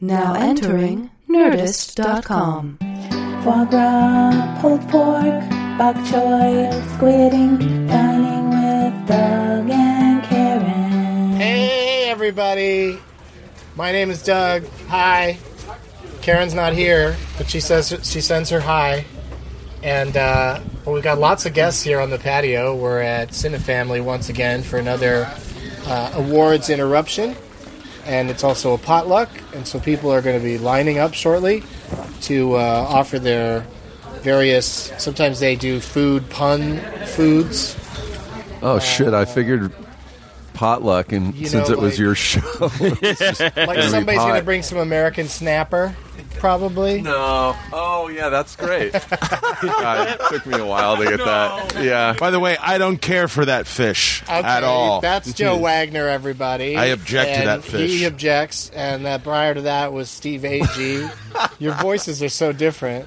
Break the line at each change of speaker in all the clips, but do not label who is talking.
Now entering Nerdist.com.
Foie gras, pulled pork, bok choy, squid ink, dining with Doug and Karen.
Hey, everybody. My name is Doug. Hi. Karen's not here, but she says she sends her hi. And uh, well, we've got lots of guests here on the patio. We're at Cinefamily once again for another uh, awards interruption. And it's also a potluck. And so people are going to be lining up shortly to uh, offer their various, sometimes they do food pun foods.
Oh shit! I figured potluck, and
You
since
know,
it was
like-
your show,
Like somebody's
pot.
going to bring some American Snapper, probably.
no. Oh yeah, that's great. God, it took me a while to get that. Yeah,
By the way, I don't care for that fish at
Okay,
all.
That's Joe Wagner, everybody.
I object to
And
that fish.
He objects, and that prior to that was Steve Ag. Your voices are so different.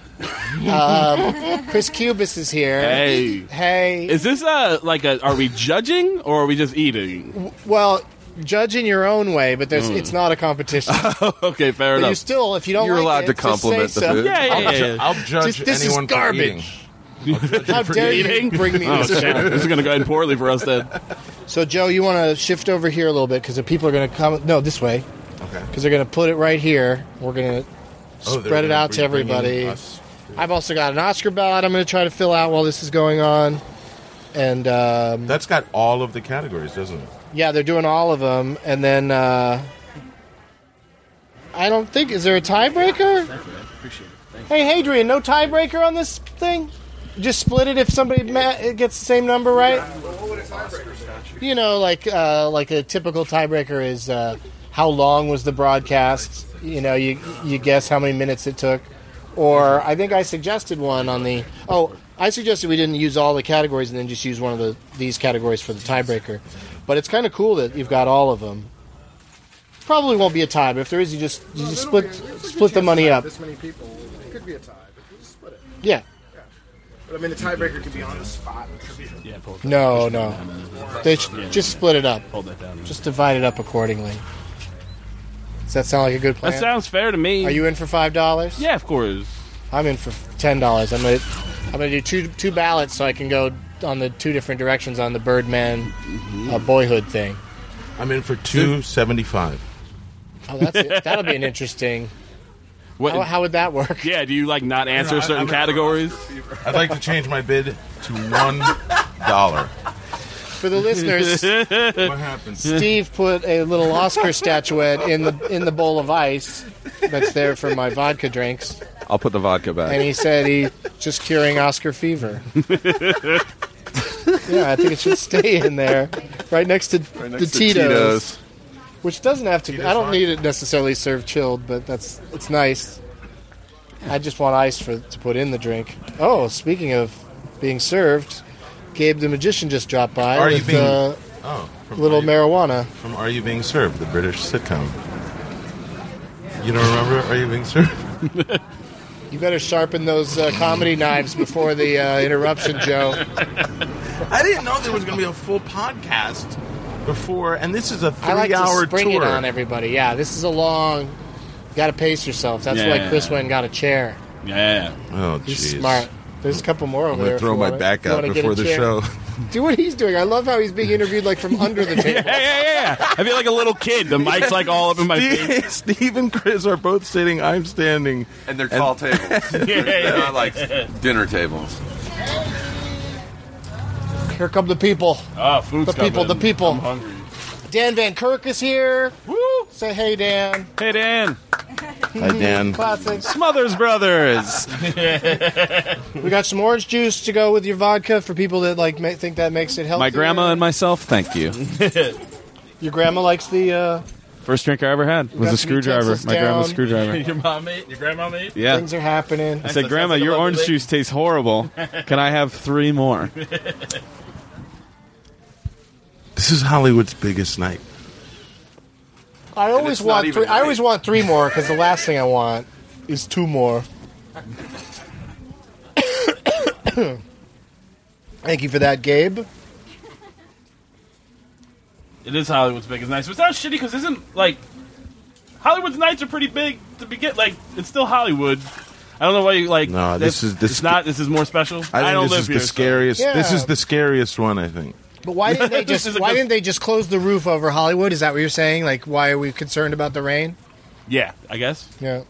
Um, Chris Cubis is here.
Hey.
Hey.
Is this uh like a are we judging or are we just eating?
well, judge in your own way, but
Hmm.
there's, it's not a competition.
Oh,
okay, fair
But you
enough.
still, if you don't,
you're
like
allowed
it,
to
just
compliment
say
the
so.
food.
yeah, yeah, yeah, yeah.
I'll judge
Just- this is
anyone for
garbage.
eating.
How dare you
eating.
bring me
Oh
this?
shit! This is gonna go in poorly for us then.
So, Joe, you want to shift over here a little bit because the people are going to come. No, this way.
Okay.
Because they're going to put it right here. We're going to
Oh, they're
spread it
gonna
out to
be bringing
everybody.
us-
I've also got an Oscar ballot I'm going to try to fill out while this is going on. And um,
That's got all of the categories, doesn't it?
yeah, they're doing all of them. And then uh, I don't think is there a tiebreaker? Hey, Hadrian, no tiebreaker on this thing. Just split it if somebody ma- it gets the same number, right? You know, like uh, like a typical tiebreaker is uh, how long was the broadcast? You know, you you guess how many minutes it took, or I think I suggested one on the. Oh, I suggested we didn't use all the categories and then just use one of the these categories for the tiebreaker. But it's kind of cool that you've got all of them. Probably won't be a tie, but if there is, you just you just split split the money up.
This many people, it could be a tie. But you just split it.
Yeah.
But I mean, the tiebreaker could be on the spot.
No, no. They sh- just split it up.
Hold that down.
Just divide it up accordingly. Does that sound like a good plan?
That sounds fair to me.
Are you in for five dollars?
Yeah, of course.
I'm in for ten dollars. I'm gonna I'm gonna do two two ballots so I can go on the two different directions on the Birdman
Mm-hmm.
uh, boyhood thing.
I'm in for two seventy-five.
Oh, that's it. that'll be an interesting.
What?
How, how would that work?
yeah, do you like not answer
I-
certain
I'm-
categories?
I'd like to change my bid to one dollar.
For the listeners,
What happens?
Steve put a little Oscar statuette in the in the bowl of ice that's there for my vodka drinks.
I'll put the vodka back.
and he said he's just curing Oscar fever. yeah, I think it should stay in there, right next to the
Next to
Tito's, which doesn't have to. I don't
vodka.
need it necessarily served chilled, but that's it's nice. I just want ice for to put in the drink. Oh, speaking of being served, Gabe the magician just dropped by
Are you
with
being-
uh,
Oh, from
little
Are You-
marijuana.
from Are You Being Served, the British sitcom. You don't remember Are You Being Served?
You better sharpen those uh, comedy knives before the uh, interruption, Joe.
I didn't know there was going to be a full podcast before, and this is a
I like
three-hour
to spring
tour.
it on everybody. Yeah, this is a long. got to pace yourself. That's why
Yeah.
Chris went and got a chair.
yeah.
oh,
He's
jeez.
smart. There's a couple more over
I'm gonna
there.
throw
if you
my
wanna-
back
if you
out
wanna get
before
a
the
chair.
show.
Do what he's doing. I love how he's being interviewed like from under the table.
Yeah, yeah, yeah. I feel like a little kid. The mic's like all up in my face.
Steve and Chris are both sitting. I'm standing.
and they're tall tables.
Yeah.
not like dinner tables.
Here come the people.
Ah, food's
The people,
coming.
the people.
I'm hungry.
Dan Van Kirk is here.
Woo!
Say hey, Dan.
Hey, Dan.
Hi, Dan.
Classic.
Smothers Brothers.
We got some orange juice to go with your vodka for people that like ma- think that makes it healthy.
My grandma and myself, thank you.
Your grandma likes the. Uh,
First drink I ever had was
got
a
some
screwdriver.
utensils
My grandma's
down.
screwdriver.
Your mom ate? Your grandma ate?
Yeah.
Things are happening.
I said, Grandma, your orange juice tastes horrible. Can I have three more?
This is Hollywood's biggest night.
I
it's
always
not
want
even
three. I
right.
always want three more because the last thing I want is two more. Thank you for that, Gabe.
It is Hollywood's biggest night. So it's not shitty because isn't like Hollywood's nights are pretty big to begin. Like it's still Hollywood. I don't know why you like.
No, this
that's-
is- this-
it's not. This is more special.
I think
don't
this
live
is
here.
the scariest.
Yeah.
This is the scariest one, I think.
But why didn't they
This is
just
a
why
good-
didn't they just close the roof over Hollywood? Is that what you're saying? Like why are we concerned about the rain?
so- Yeah, I guess.
Yeah.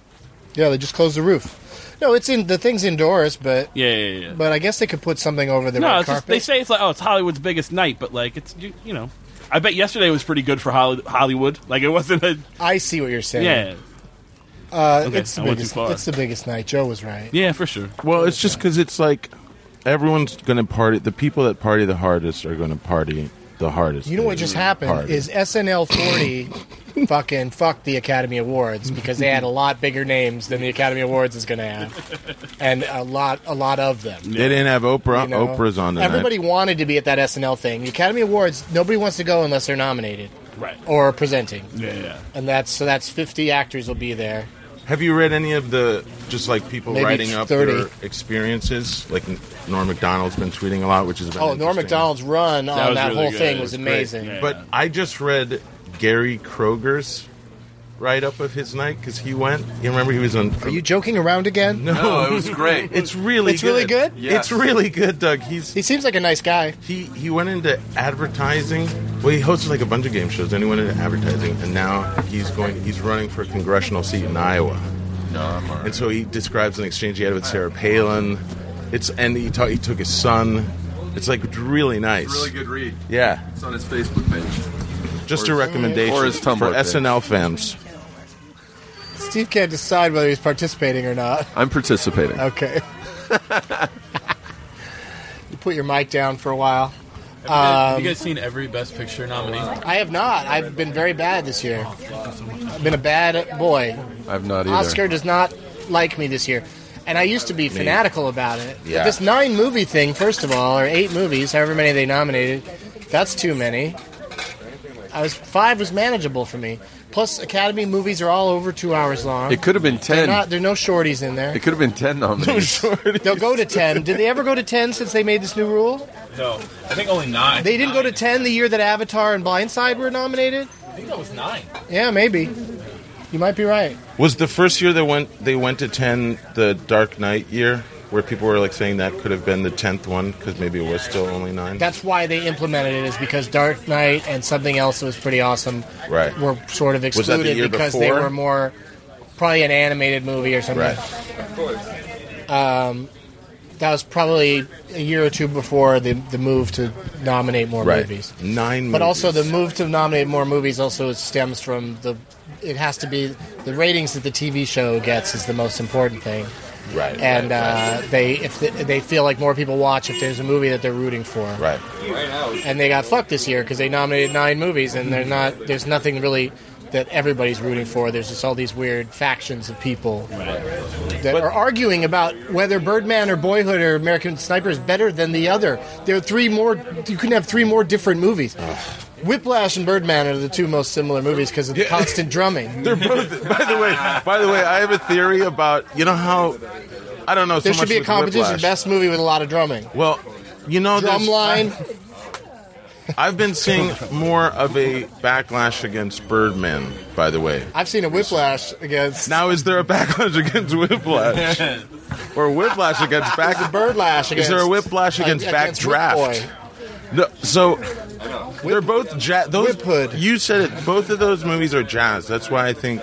Yeah, they just closed the roof. No, it's in the thing's indoors, but
Yeah, yeah, yeah. yeah.
but I guess they could put something over the
no,
red
it's just,
carpet.
they say it's like oh, it's Hollywood's biggest night, but like it's you, you know. I bet yesterday was pretty good for Holly- Hollywood. Like it wasn't a
I see what you're saying.
yeah,
Uh,
Okay,
it's, the
I went too
biggest,
far.
it's the biggest night. Joe was right.
yeah, for sure.
Well, it's just because it's like everyone's going to party. The people that party the hardest are going to party the hardest.
You know what
They
Mm,
just happened
party.
is SNL 40 fucking fucked the Academy Awards because they had a lot bigger names than the Academy Awards is going to have, and a lot a lot of them.
they didn't have Oprah.
you know?
Oprah's on the
Everybody wanted to be at that SNL thing. The Academy Awards, nobody wants to go unless they're nominated
Right.
or presenting,
Yeah, yeah.
and that's so that's 50 actors will be there.
Have you read any of the just like people
Maybe
writing up
30.
their experiences? Like Norm Macdonald's been tweeting a lot, which is
Oh, Norm Macdonald's run on
was
that
really
whole
good.
thing
It
was
was
amazing.
Yeah.
But I just read Gary Kroger's write up of his night because he went. You remember he was on.
Are you joking around again?
no,
No, it was great.
It's really.
It's
good.
really good?
It's really good, Doug. He's
He seems like a nice guy.
he he went into advertising. Well, he hosted like a bunch of game shows. Then he went into advertising, and now he's going. He's running for a congressional seat in Iowa. And so he describes an exchange he had with Sarah Palin. It's and he, ta- he took his son. It's like it's really nice.
really good read.
Yeah,
It's on his Facebook page.
just
Or
a
his-
recommendation
or his Tumblr
for
page.
SNL fans.
Steve can't decide whether he's participating or not.
I'm participating.
Okay. you put your mic down for a while. Um,
you guys seen every Best Picture nominee?
I have not. I've been very bad this year. I've been a bad boy.
I've not either.
Oscar does not like me this year. And I used to be fanatical about it. But
Yeah.
This nine movie thing, first of all, or eight movies, however many they nominated, that's too many. I was five was manageable for me. Plus, Academy movies are all over two hours long.
It could have been
They're
10.
not, there are no shorties in there.
it could have been 10 nominees.
They'll go to ten. Did they ever go to ten since they made this new rule?
No, I think only nine.
They didn't go to 10 the year that Avatar and Blindside were nominated?
I think that was nine.
Yeah, maybe. You might be right.
Was the first year they went they went to ten the Dark Knight year where people were like saying that could have been the tenth one because maybe it was still only nine.
That's why they implemented it, is because Dark Knight and something else that was pretty awesome
right.
were sort of
that the
excluded
year
because they
before?
were more probably an animated movie or something.
Right.
That was probably a year or two before the, the move to nominate more
Right.
movies.
Nine.
But also, the
movies.
move to nominate more movies also stems from the. It has to be the ratings that the TV show gets is the most important thing.
Right.
and uh, they if th they feel like more people watch if there's a movie that they're rooting for.
right.
And they got fucked this year because they nominated nine movies, and they're not. There's nothing really that everybody's rooting for. There's just all these weird factions of people that are arguing about whether Birdman or Boyhood or American Sniper is better than the other. There are three more. You can have three more different movies. Whiplash and Birdman are the two most similar movies because of the constant drumming.
They're both. By the way, by the way, I have a theory about you know how I don't know. so
There should
much
be a
with
competition.
Whiplash.
Best movie with a lot of drumming.
Well, you know, there's-
Drumline.
I've been seeing more of a backlash against Birdman. By the way,
I've seen a Whiplash against.
now is there a backlash against Whiplash or Whiplash against back?
Birdlash
Is
against.
there a Whiplash against Backdraft?
Whip Boy.
No, so they're both jazz. Those
Whip Hood.
you said it. Both of those movies are jazz. That's why I think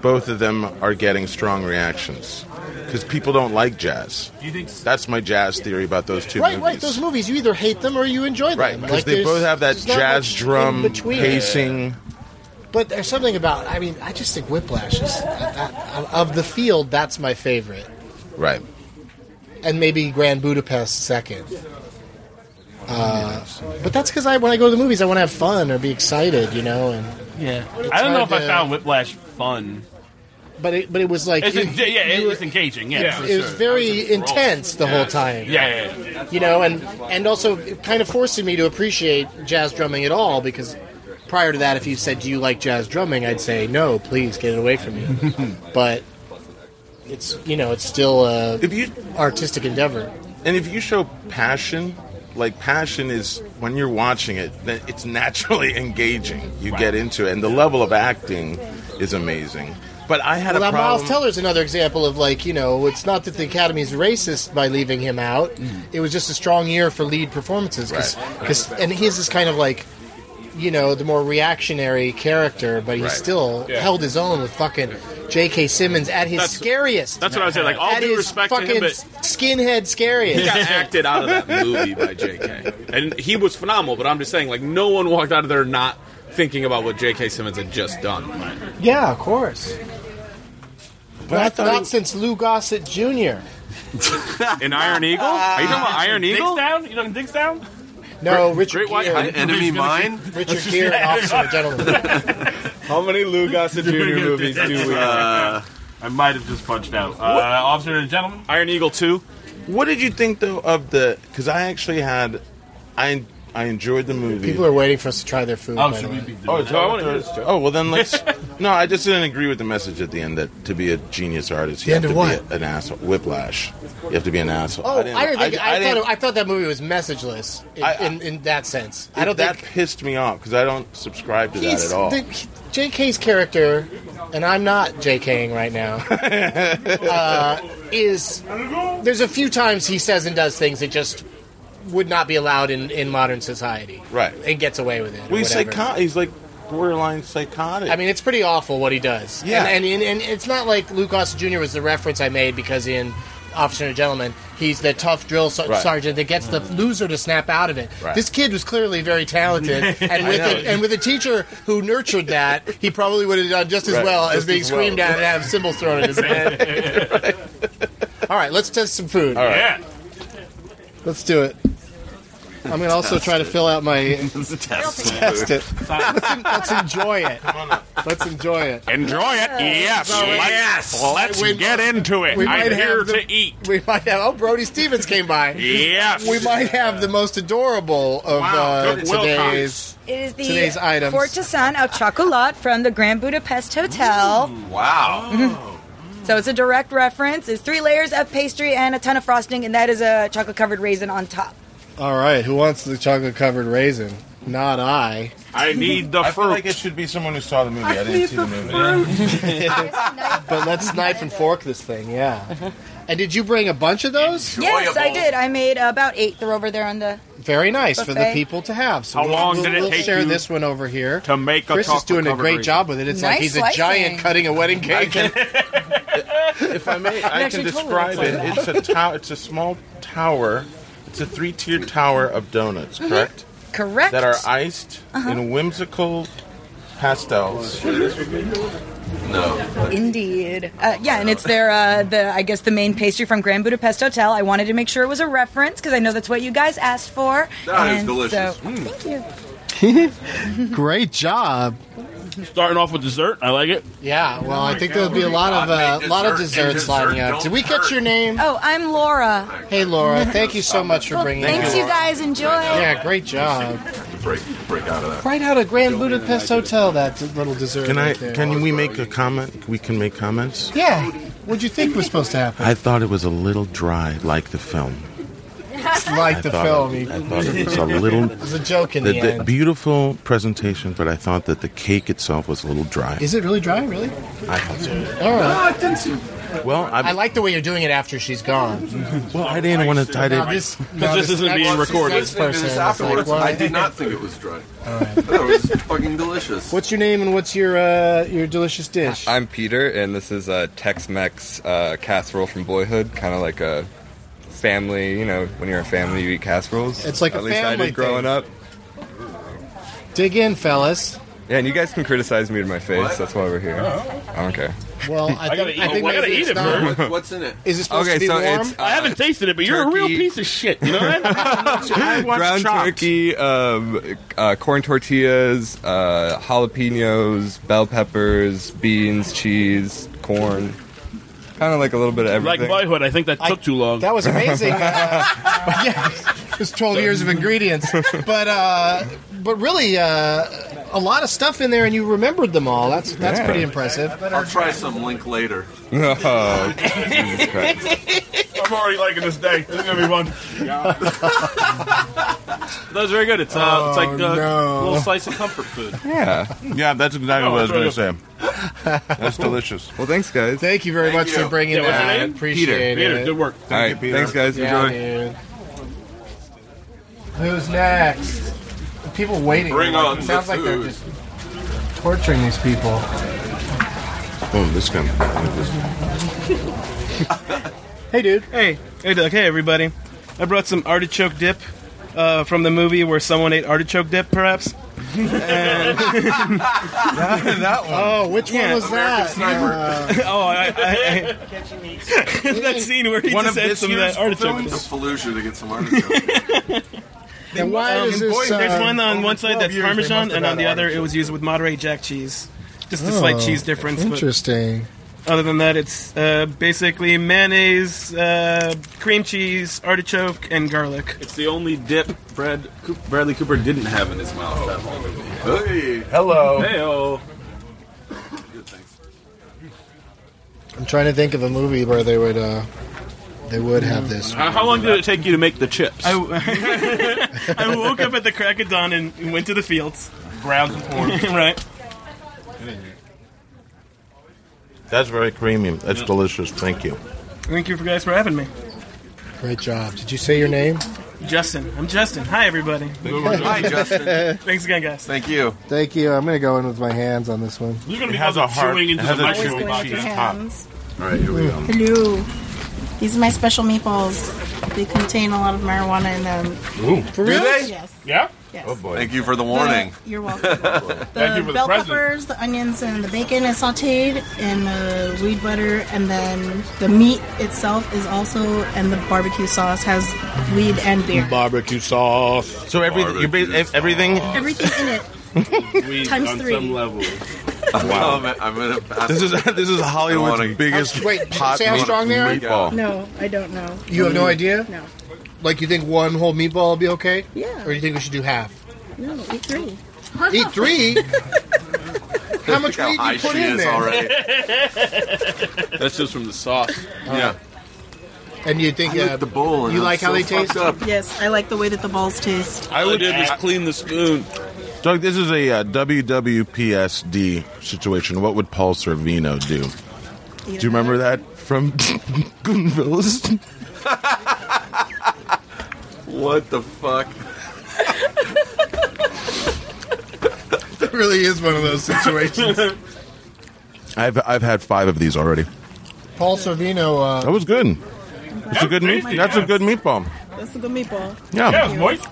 both of them are getting strong reactions because people don't like jazz.
Do you think
That's my jazz theory about those two
Right,
movies.
right. Those movies, you either hate them or you enjoy them.
Right, because
Like,
they
there's-
both have that
there's not
jazz
much
drum
in between.
pacing.
But there's something about. I mean, I just think Whiplash is I- I- of the field. That's my favorite,
Right.
and maybe Grand Budapest second. Uh, but that's because I, when I go to the movies, I want to have fun or be excited, you know. And
Yeah. I don't know if
hard to-
I found Whiplash fun.
but it, but it was like
It's
it,
en- yeah, it was engaging. Yeah.
it was very intense the whole time.
Yeah, yeah, yeah.
you know, and and also it kind of forcing me to appreciate jazz drumming at all because prior to that, if you said, "Do you like jazz drumming?" I'd say, "No, please get it away from me." but it's you know, it's still a
If you
artistic endeavor.
and if you show passion, like passion is when you're watching it, then it's naturally engaging. You get into it, and the level of acting is amazing. But I had
Well,
a
now
problem.
Miles Teller's another example of like you know, it's not that the Academy's racist by leaving him out. It was just a strong year for lead performances, cause,
Mm. Right.
'cause- and his is kind of like, you know, the more reactionary character, but he
Right.
still
Yeah.
held his own with fucking J.K. Simmons at his
That's-
scariest.
That's what I was saying. Like all
at
due
his
respect to
fucking
him, but
skinhead scariest.
He got acted out of that movie by J.K. And he was phenomenal, but I'm just saying, like, no one walked out of there not thinking about what J.K. Simmons had just done.
Yeah, of course.
but I
Not,
thought
not
it-
since Lou Gossett Jr.
In Iron Eagle?
Uh,
Are you talking about Iron
Dick's
Eagle?
down. You know, Dick's down.
No, Richard
Great White
Gere.
Hope.
Enemy mine.
Richard Gere, and Officer and Gentleman.
How many Lou Gossett Jr. movies do we
uh, I might have just punched out. Uh, officer and gentleman.
Iron Eagle 2?
What did you think though of the? Because I actually had, I I enjoyed the movie.
People are waiting for us to try their food.
Oh,
by the
should we
way.
be doing
Oh,
that?
so I want to hear this. Oh, well then let's. no, I just didn't agree with the message at the end that to be a genius artist, you
The
have
end
to
of
be an asshole. Whiplash. You have to be an asshole.
Oh, I, didn't think. I, thought.
didn't-
It, I thought that movie was messageless in,
I-
in, in that sense. I
It-
don't
that
think
pissed me off because I don't subscribe to that
he's
at all.
the- J.K.'s character, and I'm not J.K.ing right now. uh, is there's a few times he says and does things that just would not be allowed in, in modern society,
Right.
And gets away with it. or
well, he's
whatever.
psycho- He's like borderline psychotic.
I mean, it's pretty awful what he does.
Yeah.
And, and, and, and it's not like Luke Austin Jr. was the reference I made because in Officer and Gentleman, he's the tough drill ser-
Right. Mm-hmm.
sergeant that gets the loser to snap out of it.
Right.
This kid was clearly very talented, and with
know.
a, and with a teacher who nurtured that, he probably would have done just as
Right,
well as
just
being
as well.
screamed at and have cymbals thrown at his head. All right, let's test some food.
all right.
Yeah.
Let's do it. I'm gonna also try to fill out my test it. Let's, en- let's enjoy it. Let's enjoy it.
Enjoy it? Yes. Yes. Let's
We- get
into it.
we I'm might have here the- to
eat.
We might have. Oh, Brody Stevens came by.
Yes.
We might have the most adorable of uh,
Cook
today's.
It is the
Today's items.
Fortesan au Chocolat from the Grand Budapest Hotel.
Wow.
So it's a direct reference. It's three layers of pastry and a ton of frosting, and that is a chocolate covered raisin on top.
All right, who wants the chocolate covered raisin? Not I.
I need the
I feel like it should be someone who saw the movie. I, didn't see the movie.
But let's knife and fork this thing,
Uh-huh.
yeah. And did you bring a bunch of those?
Yes, I
Enjoyable.
did. I made about eight. They're over there on the.
Very nice for the
Buffet.
people to have. So
How
we'll-
long
we'll,
did it
we'll
take
share
you
this one over here.
to make a
Chris is
chocolate
doing a
covered
great
raisin?
job with it. It's like
Nice
he's a
slicing.
giant cutting a wedding cake.
if I may, I can
actually totally
describe
looks
it. It's a tower. It's a small tower. It's a three-tiered tower of donuts, correct?
Correct.
That are iced in whimsical pastels.
Indeed. Uh, yeah, and it's their, uh, the I guess the main pastry from Grand Budapest Hotel. I wanted to make sure it was a reference because I know that's what you guys asked for.
That is
And
delicious.
So, Thank you.
great job.
Starting off with dessert. I like it.
Yeah, well, I think there'll be a lot of
God,
uh,
made
lot of
dessert and
desserts
dessert
lining up.
don't
Did we catch
hurt.
your name?
Oh, I'm Laura.
Hey, Laura, thank you so much for
Well,
bringing.
thanks,
that.
you guys. Enjoy.
Yeah, great job.
Break, break out of that.
Right out of Grand Budapest Hotel, that d- little dessert.
Can I?
right there.
Can we make a comment? We can make comments.
Yeah. What'd you think was supposed to happen?
I thought it was a little dry, like the film.
It's like
I
the
thought
film.
It,
It
I thought it was a little.
was a joke in
The,
the,
the
end.
beautiful presentation, but I thought that the cake itself was a little dry.
Is it really dry? Really?
I thought so.
All right.
Well, I,
I like the way you're doing it after she's gone.
well, I didn't want to tie it.
Now this, now
this isn't
next-
being recorded.
Next person is like,
afterwards,
well,
I did not think it was dry. That was fucking delicious.
What's your name and what's your uh, your delicious dish?
I'm Peter, and this is a Tex-Mex uh, casserole from boyhood, kind of like a family. You know, when you're a family, you eat casseroles.
It's like
at
a
least I
family
did growing
thing.
up.
Dig in, fellas.
Yeah, and you guys can criticize me to my face. That's why we're here.
Oh.
I don't care.
Well, I,
gotta
think
eat
I
it.
think
Well, I gotta
maybe
eat
it's
it
not-
first.
What- What's in it?
Is it supposed to be warm?
it's
I
Uh,
haven't tasted it, but you're a real
turkey.
piece of shit. You know that?
ground turkey, um, uh, corn tortillas, uh, jalapenos, bell peppers, beans, cheese, corn. Kind of like a little bit of
like
everything.
boyhood, I think that took too long.
That was amazing. Uh, yeah, it's 12 years of ingredients, but uh, but really uh, a lot of stuff in there, and you remembered them all. That's that's
Yeah.
pretty impressive.
I'll try some link later.
oh, Jesus Christ.
I'm already liking this day. This is gonna be fun.
that was very good. It's uh, it's
Oh,
like uh, a little slice of comfort food.
Yeah.
Yeah, that's exactly
No,
what I was
it's
going to
really
say. That's delicious.
Well, thanks, guys.
Thank you very much for bringing that. I appreciate it.
All right. Thanks, guys.
Yeah,
Enjoy.
dude. Who's next? The People waiting.
Bring
Like,
on
it sounds
the
like they're
food.
just torturing these people.
Oh, this guy.
Hey, dude.
Hey, hey, Doug. Hey, everybody. I brought some artichoke dip uh, from the movie where someone ate artichoke dip, perhaps. that,
one. Oh, which one was that?
oh, I, I, I that scene where he
One
just
of
had
this
some of
year's
that artichoke.
films?
dip.
The Fallujah to get some artichoke.
And why
Um,
is this? uh,
There's one on
over
one side
12
that's
years, they must
Parmesan,
have
and on
had
the other it
artichoke.
was used with moderate jack cheese. Just a slight
Oh,
cheese difference. but-
Interesting.
Other than that, it's uh, basically mayonnaise, uh, cream cheese, artichoke, and garlic.
It's the only dip Brad Coop, Bradley Cooper didn't have in his mouth that whole movie.
Hey,
Oh.
hello.
Heyo.
I'm trying to think of a movie where they would uh, they would have this.
How, how long did it take you to make the chips?
I, I woke up at the crack of dawn and went to the fields. Ground and
corn.
right.
That's very creamy. That's
Yeah.
delicious. Thank you.
Thank you for guys for having me.
Great job. Did you say your name?
Justin. I'm Justin. Hi, everybody.
Hi, Justin.
Thanks again, guys.
Thank you.
Thank you. I'm gonna go in with my hands on this one.
You're
gonna be It has a hard-
chewing into
it has
the
a
mushroom
chewing
box.
cheese
Yeah.
top.
All right, here we go.
Hello. These are my special meatballs. They contain a lot of marijuana in them.
Ooh. For
Do
real?
they? Yes.
Yeah.
Yes.
Oh boy. Thank you for the warning.
you're welcome. The bell peppers, the onions, and the bacon is sauteed in the weed butter, and then the meat itself is also, and the barbecue sauce has weed and beer.
Barbecue sauce. So every, you're ba- ev- everything.
Everything in it. Times on three. some
level.
Wow.
I'm, I'm gonna.
This is this is Hollywood's
wanna-
biggest
Wait,
pot
say how
meat-
strong they are?
meatball.
No, I don't know.
You have no idea?
No.
Like you think one whole meatball will be okay?
Yeah.
Or you think we should do half?
No, eat three.
Eat three? How much
Look how
weed do
high
you put
she
in
is
there?
already. That's just from the sauce.
Yeah. And you think
I licked
uh,
the bowl and
you
I'm
like how
so
they
fucked
taste?
Yes, I like the way that the balls taste.
I would just
clean the spoon.
Doug, this is a uh, WWPSD situation. What would Paul Servino do? Do you remember that from Goonvilles?
What the fuck?
It really is one of those situations.
I've I've had five of these already.
Paul Servino.
That
Uh,
was good. It's a good meat.
tasty,
That's a
yeah.
good meatball.
That's a good meatball.
Yeah. Yeah, it's
moist.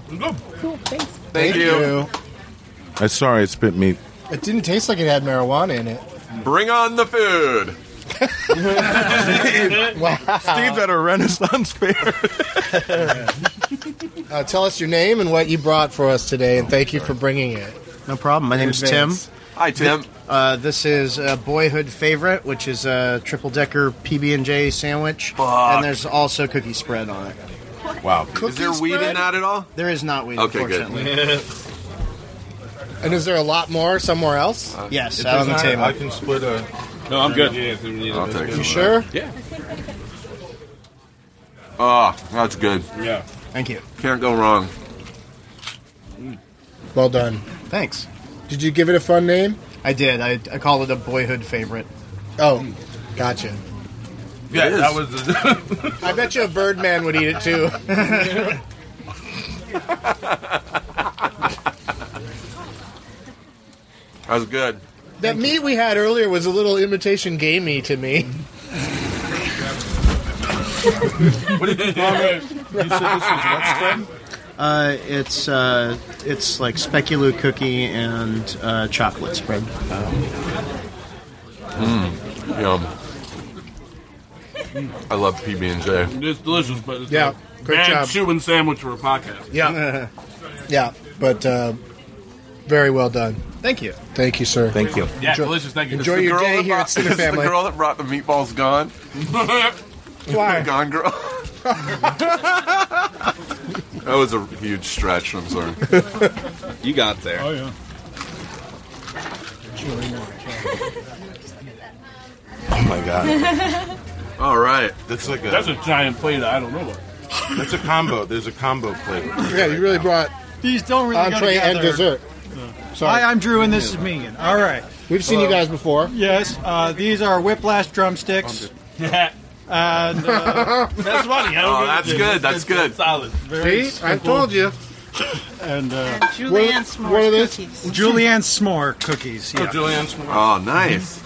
Cool, thanks.
Thank you.
I'm sorry, I spit meat.
It didn't taste like it had marijuana in it.
Bring on the food.
Wow.
Steve's at a Renaissance fair.
uh, tell us your name and what you brought for us today, and thank you for bringing it.
No problem. My
In
name's Tim.
advance.
Hi, Tim.
Uh, this is a boyhood favorite, which is a triple decker PB and J sandwich, and there's also cookie spread on it.
Wow.
is there weed in that at all?
There is not weed,
Okay, good.
unfortunately.
And is there a lot more somewhere else?
Uh,
Yes, out on the table.
can split a.
No, I'm good.
I'll take
You sure?
Yeah.
Oh, that's good.
Yeah.
Thank you.
Can't go wrong.
Well done.
Thanks.
Did you give it a fun name?
I did. I, I call it a boyhood favorite.
Oh, gotcha.
Yeah,
that was.
I bet you a Birdman would eat it too.
That was good.
that meat we had earlier was a little imitation gamey to me.
What did you call it? You said this was what spread?
Uh, it's uh, it's like speculoos cookie and uh, chocolate spread.
Mm, yum. I love PB and J.
It's delicious, but it's
Yeah,
a
great
bad
job.
chewing sandwich for a podcast.
Yeah. yeah, but uh, very well done.
Thank you.
Thank you, sir.
Thank you.
Yeah, delicious. Thank you.
Enjoy
Is the
your
girl
day
that
here
brought-
at Cine
is
Family.
The girl that brought the meatballs gone.
Why?
gone girl. that was a huge stretch. I'm sorry.
You got there.
Oh
yeah.
Oh my god.
All right.
That's like a.
That's a giant plate. I don't know what.
That's a combo. There's a combo flavor.
Yeah, you really brought
these don't really go
entree and
together.
dessert.
Hi, I'm Drew, and this is Megan. All right.
We've seen you guys before.
Yes. Uh, these are whiplash drumsticks. and, uh,
That's funny. I don't
Oh,
know.
that's good. That's good.
Solid.
very
See, I
simple.
told you.
And, uh,
Julianne S'mores
what are these?
cookies.
Julianne S'more cookies. Yeah.
Oh, nice.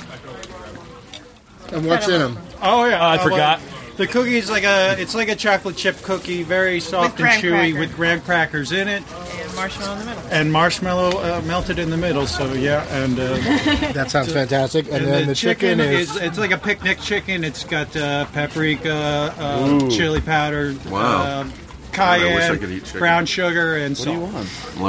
And what's in them?
Oh yeah,
I
Uh,
forgot.
well, the cookie is like a it's like a chocolate chip cookie, very soft
With graham
and chewy
cracker.
with graham crackers in it,
And marshmallow in the middle.
and marshmallow uh, melted in the middle. So yeah, and uh,
That sounds fantastic. And, then the chicken, is.
it's like a picnic chicken. It's got uh, paprika, uh,
Ooh.
chili powder,
Wow.
uh,
Man, I wish I
cayenne,
could eat chicken.
brown sugar, and
What do
salt.
you want?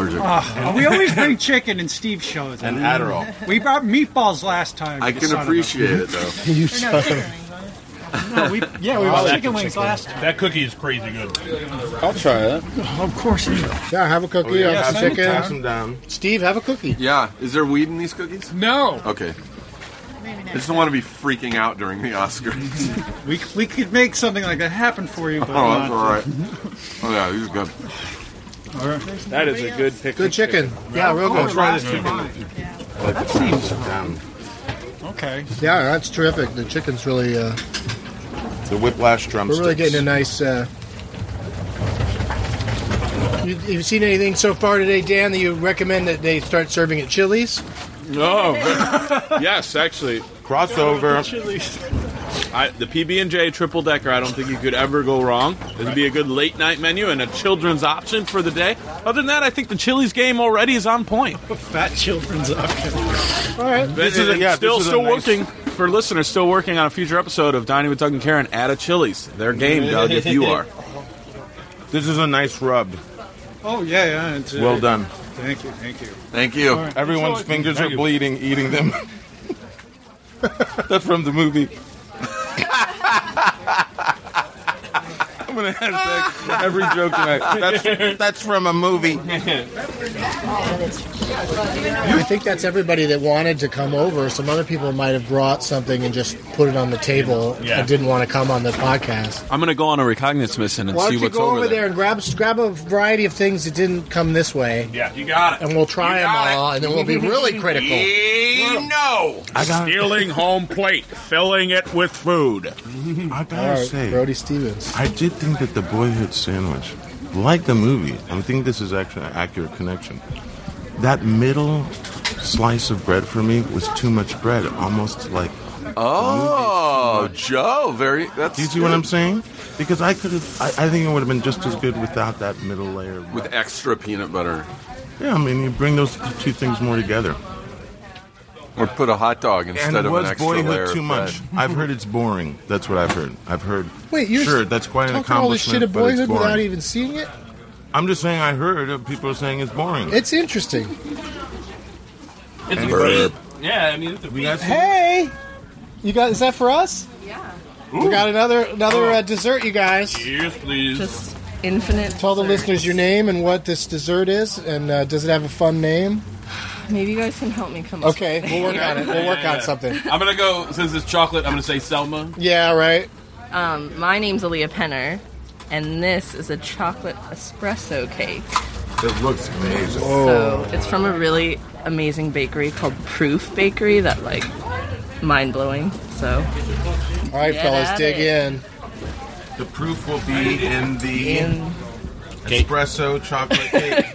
Allergic.
Ah, we always bring chicken, and Steve shows up.
And Adderall.
We brought meatballs last time.
I
you
can
son of a-
appreciate it though.
you
son of a- No, we, yeah, we
Oh,
were
that
chicken wings
chicken.
last time.
That cookie is crazy good.
I'll try that.
Of course.
Yeah, have a cookie.
Oh, yeah.
have some
Have some
chicken.
down, some down.
Steve, have a cookie.
Yeah. Is there weed in these cookies?
No.
Okay. I just don't want to be freaking out during the Oscars.
We, we could make something like that happen for you, but
oh,
not.
that's all right. Oh yeah, these are good.
All right.
That is a good pick.
Good chicken. Yeah, real good.
Oh,
I'll try this chicken.
That seems
Okay.
Yeah, that's terrific. The chicken's really. Uh,
The whiplash drumsticks.
we're really getting a nice. Uh, you, you've seen anything so far today, Dan, that you recommend that they start serving at Chili's?
Oh.
No. yes, actually.
Crossover.
I, the PB and J triple decker. I don't think you could ever go wrong. This would be a good late night menu and a children's option for the day. Other than that, I think the Chili's game already is on point.
Fat children's option.
All right.
This is a,
yeah,
still
this is a
still
nice-
working for listeners. Still working on a future episode of Dining with Doug and Karen at a Chili's. Their game, Doug, if you are.
This is a nice rub.
Oh, yeah, yeah. It's,
Well done.
Thank you, thank you.
Thank you.
All right.
Everyone's
So-
fingers
Thank
are
you.
bleeding eating them. That's from the movie. I'm gonna hashtag every joke tonight. That's, that's from a movie.
I think that's everybody that wanted to come over. Some other people might have brought something and just put it on the table
Yeah.
and didn't want to come on the podcast.
I'm gonna go on a recognizance mission and
Why
see
don't you
what's
go over,
over
there and grab grab a variety of things that didn't come this way?
Yeah, you got
and we'll try them all, and then we'll be really critical.
no!
Stealing home plate, filling it with food.
I
All
gotta
right,
say,
Brody Stevens.
I did think that the boyhood sandwich, like the movie, I think this is actually an accurate connection. That middle slice of bread for me was too much bread, almost like.
Oh, Joe, very. That's.
Do you see what I'm saying? Because I could have. I, I think it would have been just as good without that middle layer. of bread.
With extra peanut butter,
Yeah, I mean, you bring those two things more together.
or put a hot dog instead
and it
of
was
an extra layer.
boyhood
of
too much?
bread.
I've heard it's boring. That's what I've heard. I've heard.
Wait, you're
sure? That's quite an
talking all this shit
accomplishment.
of
but it's
boyhood
boring.
without even seeing it.
I'm just saying. I heard that people are saying it's boring.
It's interesting.
It's
Anybody-
a beat. Yeah, I mean, it's a beat.
Hey, you got is that for us? Yeah. We got another another uh, dessert, you guys.
Cheers, please.
Just
infinite.
Tell the listeners your name and what this dessert is, and uh, does it have a fun name?
Maybe you guys can help me come. up
Okay,
with
we'll work on it. We'll work
Yeah.
on something.
I'm gonna go since it's chocolate. I'm gonna say Selma.
Yeah, right.
something. Um, my name's Aaliyah Penner, and this is a chocolate espresso cake.
It looks amazing.
So it's from a really amazing bakery called Proof Bakery that like mind blowing. So
All right,
Get
fellas,
at
dig
it.
in.
The proof will be in the
In-
espresso chocolate cake.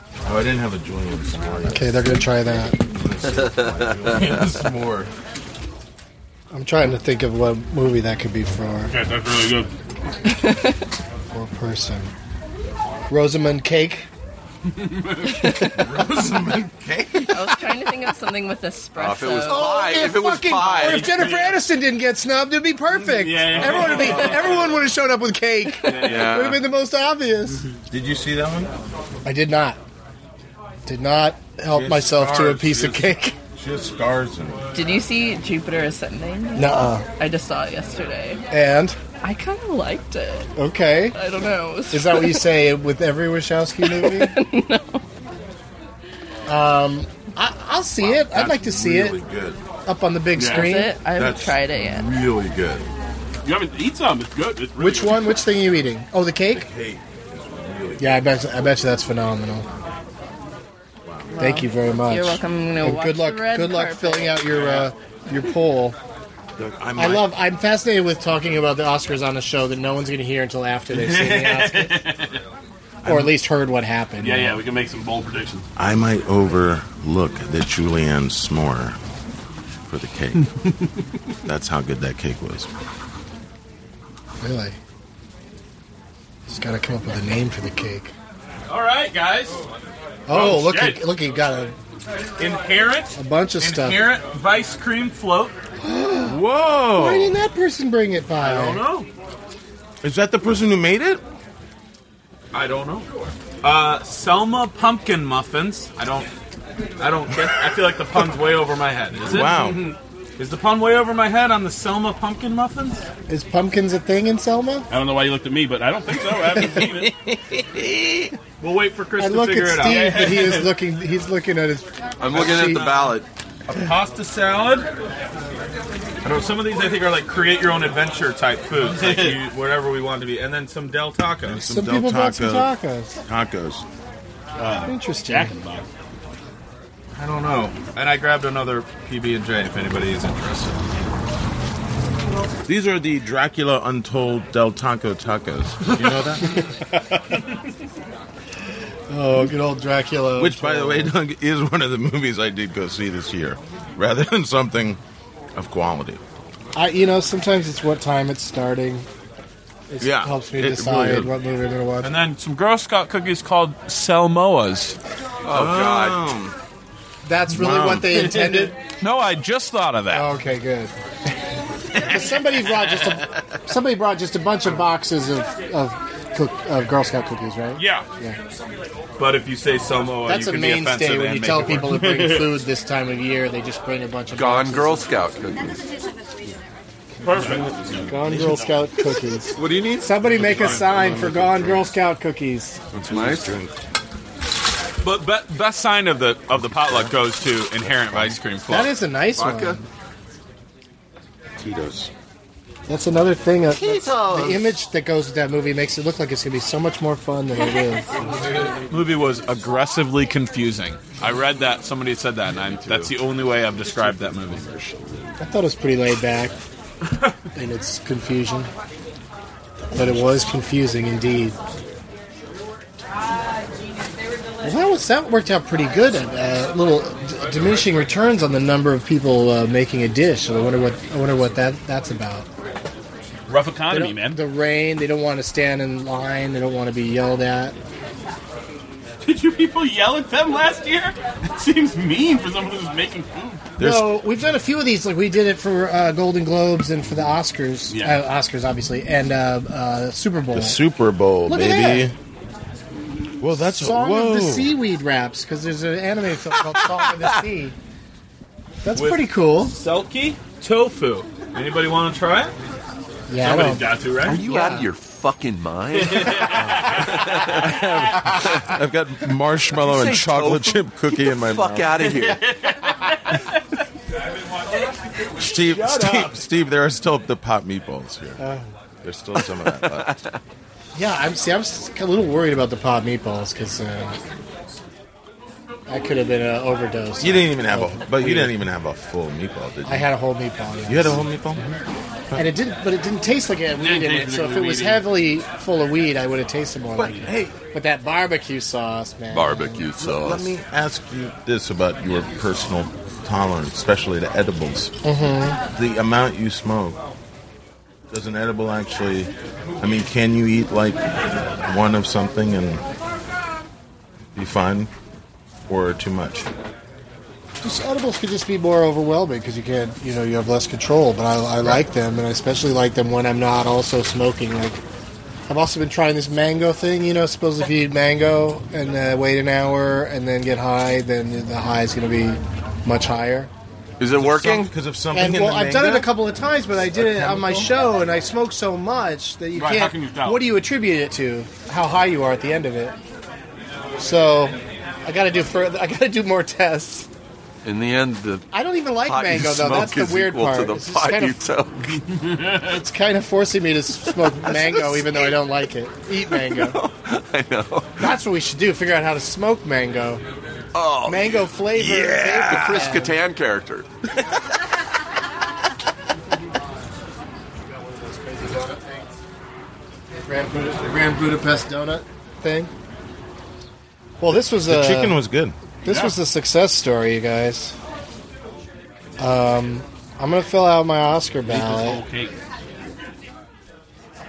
oh, I didn't have a Julian s'more.
Okay, they're gonna try that.
Julian s'more.
I'm trying to think of what movie that could be for
Yeah, that's really good.
for a person. Rosamund Cake.
Rosamund Cake.
I was trying to think of something with espresso.
if it was pie, if it was pie,
Or if Jennifer Aniston didn't get snubbed, it'd be perfect.
Yeah, yeah.
Everyone would be. Everyone would have shown up with cake.
Yeah.
Would have been the most obvious.
Did you see that one?
I did not. Did not help
She has
myself to a
scars.
piece
She
of
has-
cake.
She has scars in it.
Did you see Jupiter Ascending?
Nuh-uh.
I just saw it yesterday.
And
I kind of liked it.
okay,
I don't know.
is that what you say with every Wachowski movie? no. Um, I, I'll see it. I'd
That's
like to see
really
it
Good.
up on the big
Yeah.
screen.
Is it? I haven't
That's
tried it yet.
Really good.
You haven't eat some. It's good. It's really
Which
good.
one? Which thing are you eating? Oh, the cake.
cake.
Yeah, I bet. I bet you that's phenomenal. Thank you very much.
You're welcome. I'm gonna
And
watch
good luck.
the red
good luck
carpet.
filling out your uh, your poll.
I,
I love. I'm fascinated with talking about the Oscars on a show that no one's going to hear until after they've seen the Oscars, or at least heard what happened.
Yeah, yeah. We can make some bold predictions.
I might overlook the julienne s'more for the cake. That's how good that cake was.
Really? Just got to come up with a name for the cake.
All right, guys.
Oh, look!
shit.
He, look, he got a,
Inherent.
a bunch of stuff.
Inherent vice cream float.
Whoa!
Why didn't that person bring it by?
I don't know.
Is that the person who made it?
I don't know.
Uh, Selma pumpkin muffins. I don't. I don't get. I feel like the pun's way over my head. Is it?
Wow.
Mm-hmm.
Is the pun way over my head on the Selma pumpkin muffins?
Is pumpkins a thing in Selma?
I don't know why you looked at me, but I don't think so. I haven't seen it.
We'll wait for Chris
I
to
look
figure
at
it
Steve,
out.
but he is looking. He's looking at his.
I'm looking at the
ballot.
A pasta salad. I don't. Some of these I think are like create your own adventure type foods, like you, whatever we want to be, and then some del tacos.
Some people brought some tacos.
Tacos.
Interesting.
Jack in the Box.
I don't know. And I grabbed another PB and J if anybody is interested.
These are the Dracula Untold Del Taco tacos. You know that?
Oh, good old Dracula.
Which, by the way, Doug, is one of the movies I did go see this year, rather than something of quality.
I you know sometimes it's what time it's starting. It
Yeah,
helps me
it really
decide
is.
what movie I'm gonna watch.
And then some Girl Scout cookies called Selmoas.
Oh, God.
Um,
That's really
Wow.
what they intended. Oh,
No, I just thought of that.
okay, good. 'Cause somebody brought just a, somebody brought just a bunch of boxes of of, cook, of Girl Scout cookies, right?
Yeah. But if you say Selmoa,
That's
you
a
can be
mainstay
offensive
when
and
you
make
tell
it work.
people to bring food this time of year. They just bring a bunch of
Gone
boxes.
Girl Scout cookies.
Perfect.
Gone Girl Scout cookies.
What do you need?
Somebody make a sign for Gone Girl Scout cookies.
That's nice.
But be- best sign of the of the potluck goes to inherent ice cream float.
That is a nice
Vodka.
one.
Tito's.
That's another thing. That, that's-
Tito's.
the image that goes with that movie makes it look like it's going to be so much more fun than it is.
Movie was aggressively confusing. I read that somebody said that, and I'm, that's the only way I've described that movie.
I thought it was pretty laid back in its confusion. But it was confusing indeed. Well, that, was, that worked out pretty good. Uh, little d- diminishing returns on the number of people uh, making a dish. So I wonder what I wonder what that that's about.
Rough
They
economy,
don't-
man.
The rain. They don't want to stand in line. They don't want to be yelled at.
Did you people yell at them last year? It seems mean for someone who's making food.
no, we've done a few of these. Like we did it for uh, Golden Globes and for the Oscars.
Yeah.
Uh, Oscars, obviously, and uh, uh, Super Bowl.
The Super Bowl,
Look at
baby. Well, that's
Song
whoa.
of the Seaweed Raps because there's an anime film called Song of the Sea. That's
With
pretty cool.
Selkie tofu. Anybody want to try it?
Yeah, I
Somebody's
don't-
got to, right?
Are you out of your fucking mind?
I've got marshmallow
Did you
and
say
chocolate
tofu?
chip cookie in my
Fuck
mouth.
outta here.
Steve,
Shut
Steve,
up. Oh.
Steve, there are still the pot meatballs here. There's still some of that left.
Yeah, I'm see. I'm s- a little worried about the pod meatballs because uh, that could have been uh, an overdose.
You didn't even have a, but you didn't even have a full meatball, did you?
I had a whole meatball. yes.
You had a whole meatball.
and it didn't, but it didn't taste like it had weed in it. So if it was heavily full of weed, I would have tasted more like it. Hey, but that barbecue sauce, man.
Barbecue sauce.
Let me ask you this about your personal tolerance, especially to edibles.
Mhm.
The amount you smoke. Does an edible actually? I mean, can you eat like one of something and be fine, or too much?
Just edibles could just be more overwhelming because you can't, you know, you have less control. But I, I like them, and I especially like them when I'm not also smoking. Like, I've also been trying this mango thing. You know, suppose if you eat mango and uh, wait an hour and then get high, then the high is going to be much higher.
Is it working?
Because of
And well, I've done it a couple of times, but I did it on my
chemical?
show, and I smoked so much that you
Right, how
can't.
can you tell?
What do you attribute it to? How high you are at the end of it? So, I got to do further. I got to do more tests.
In the end, the
I don't even like
pot you
mango, though.
smoke
That's the
is
weird
equal
part.
To the
It's
pot
kind
you
of-
toke.
it's kind of forcing me to smoke mango, even though I don't like it. Eat mango.
I know.
That's what we should do. Figure out how to smoke mango.
Oh,
mango flavor.
Yeah, the
vapor
Chris
pad.
Kattan character.
Grand, Bud- the Grand Budapest donut thing. Well, this was
The
a,
chicken was good.
This
Yeah.
was a success story, you guys. Um, I'm gonna fill out my Oscar ballot.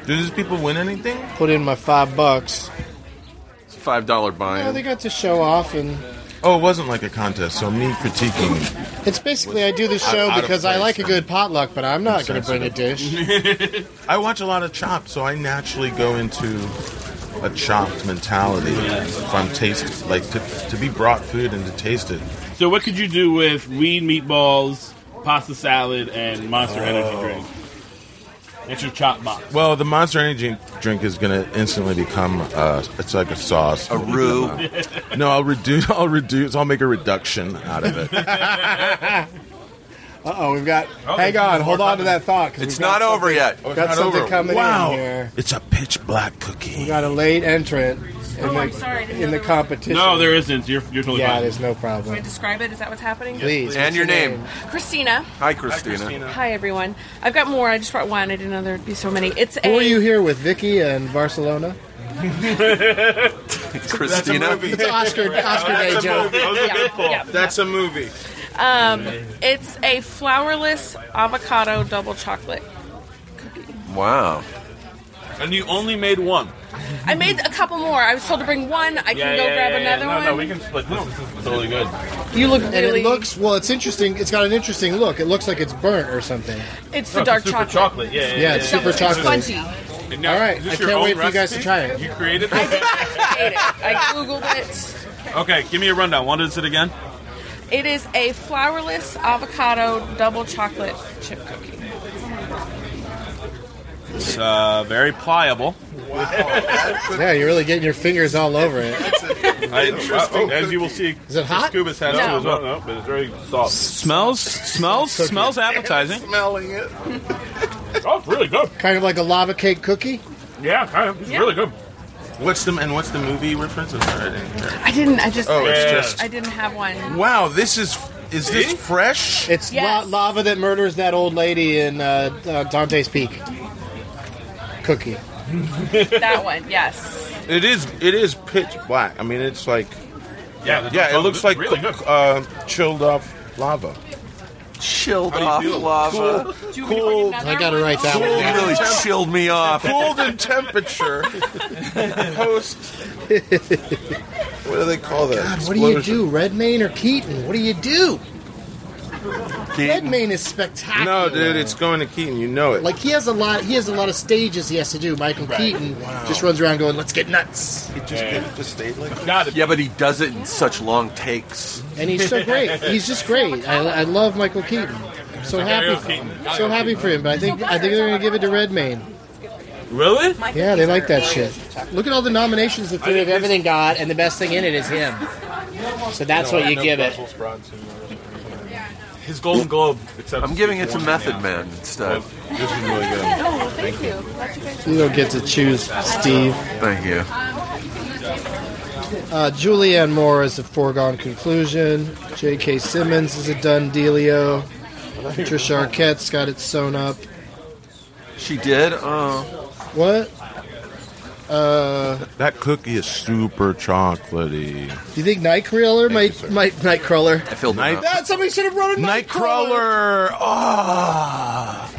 Do these people win anything?
Put in my five bucks.
It's a five dollar buy.
Yeah, they got to show off, and
Oh, it wasn't like a contest, so me critiquing.
it's basically I do this show
Out of
because I
place
like a good potluck, but I'm not gonna bring a dish.
dish. I watch a lot of Chopped, so I naturally go into a Chopped mentality. If I'm taste like to, to be brought food and to taste it.
So what could you do with weed, meatballs, pasta salad, and Monster Energy
Oh.
drink? That's your chop box.
Well, the Monster Energy drink is going to instantly become uh, it's like a sauce. A
roux.
no, I'll reduce. I'll reduce. I'll make a reduction out of it.
uh oh, we've got. hang on, hold on to that thought. 'cause
It's
we've got
not over
something-
yet.
got something coming
wow.
in here.
It's a pitch black cookie.
We got a late entrant in
Oh,
the,
I'm sorry, I didn't
in
know
the
there was-
competition.
No, there isn't. You're, you're totally
yeah,
fine.
there's no
Can I
problem.
describe it? Is that what's happening?
Please.
And your name.
Christina.
Hi, Christina.
Hi, everyone. I've got more. I just brought one. I didn't know there'd be so many. It's
Who
a.
are you here with, Vicky and Barcelona?
Christina.
It's Oscar Oscar Day joke.
That's a movie.
Um, it's a flourless avocado double chocolate.
Wow.
And you only made one.
I made a couple more. I was told to bring one. I can
Yeah,
go
yeah,
grab
yeah, yeah.
another
No,
one.
no, we can split this. This is totally good.
You look
and
really-
it looks well. It's interesting. It's got an interesting look. It looks like it's burnt or something.
It's the dark chocolate.
yeah, yeah, it's super chocolate.
All
All right, I can't wait for you guys to try it.
You created
I
it?
did not create it. I googled it.
okay, give me a rundown. What is it again?
It is a flourless avocado double chocolate chip cookie.
It's uh, very pliable.
Yeah, you're really getting your fingers all over it.
Interesting. As you will see,
Is it hot?
Scuba's had
No.
no. as well. No, but it's very soft. Smells, smells, smells appetizing.
Smelling it.
Oh, it's really good.
Kind of like a lava cake cookie.
Yeah, kind of. It's
Yeah. really
good.
What's the and what's the movie reference? I'm sorry, I didn't hear.
I didn't. I just.
Oh, it's
I,
just-
I didn't have one.
Wow, this is is this
See?
fresh?
It's
Yes.
la- lava that murders that old lady in uh, uh, Dante's Peak. Cookie.
that one. Yes.
It is it is pitch black. I mean, it's like
yeah,
yeah. It looks like
really
cook- uh, chilled off lava.
Chilled
How
off
do you feel?
lava.
Do you cool.
I gotta write that one
You really
down.
chilled me off.
Cooled in temperature. Post. What do they call that?
God, what do you do, Redmayne or Keaton? What do you do? Redmayne is spectacular.
No, dude, it's going to Keaton. You know it.
Like he has a lot. He has a lot of stages he has to do. Michael Keaton just runs around going, "Let's get nuts,"
It just could have just stayed like.
Yeah, but he does it in such long takes.
and he's so great. He's just great. I, I love Michael Keaton. I'm so happy. For him. So happy for him. But I think I think they're going to give it to Redmayne.
Really?
Yeah, they like that shit. Look at all the nominations the Theory of Everything got, and the best thing in it is him. So that's what you give it.
His Golden Globe.
I'm giving it to Method Man instead.
This is really good.
No, Oh, thank you.
You don't get to choose Steve.
Thank you.
Uh, Julianne Moore is a foregone conclusion. J.K. Simmons is a done dealio. Trisha Arquette's got it sewn up.
She did. Oh,
What? Uh,
That cookie is super chocolatey.
do you think Nightcrawler might might Nightcrawler?
I filled
Night-
That Uh, somebody should have run a
Nightcrawler. Ah.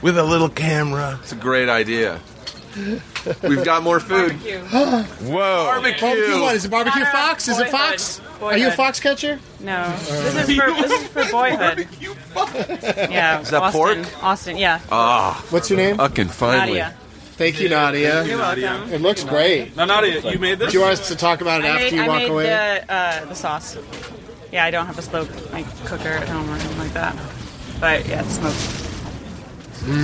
With a little camera.
it's a great idea. We've got more food.
Nightcrawler.
Whoa.
barbecue what? Is it barbecue
No, no,
fox? Is it
boyhood.
fox? Are you a
Boyhood.
fox catcher?
No, this is for this is for boyhood. Yeah,
Is that
Austin.
pork?
Austin, yeah.
Ah.
What's your name?
Fucking finally.
Nadia.
Thank you, Nadia.
You're welcome.
It looks great.
No, Nadia, you made
Do
this?
you want us to talk about it
I
after
made,
you
I
walk
made
away?
the uh, the sauce. Yeah, I don't have a slow like cooker at home or anything like that. But yeah, it's smoked.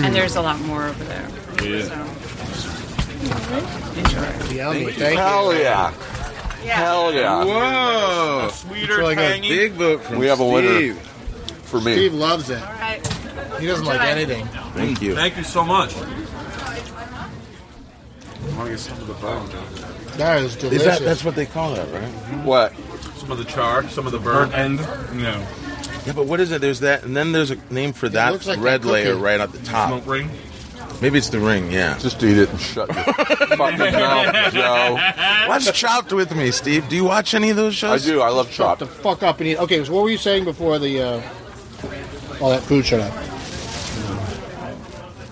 And there's a lot more over there.
Yeah.
So.
Yummy. Thank you.
Hell yeah. Hell yeah.
Whoa.
A
sweeter,
It's like a tangy-
big vote
we have a winner for me.
Steve loves it. He doesn't like
Enjoy.
anything.
Thank you.
Thank you so much.
That
Is
is delicious.
that- that's
what they call that, right?
What?
Some of the char, some of the burnt end. No.
Yeah, but what is it? There's that, and then there's a name for that
looks like
red
a cookie.
layer right at the top.
Smoke ring.
Maybe it's the ring. Yeah.
Just eat it and shut your fucking
Oh,
mouth, Joe.
Watch Chopped with me, Steve. Do you watch any of those shows? I do.
I love
Chopped.
Fuck up and eat. Okay, so what were you saying before the uh, all that food showed up?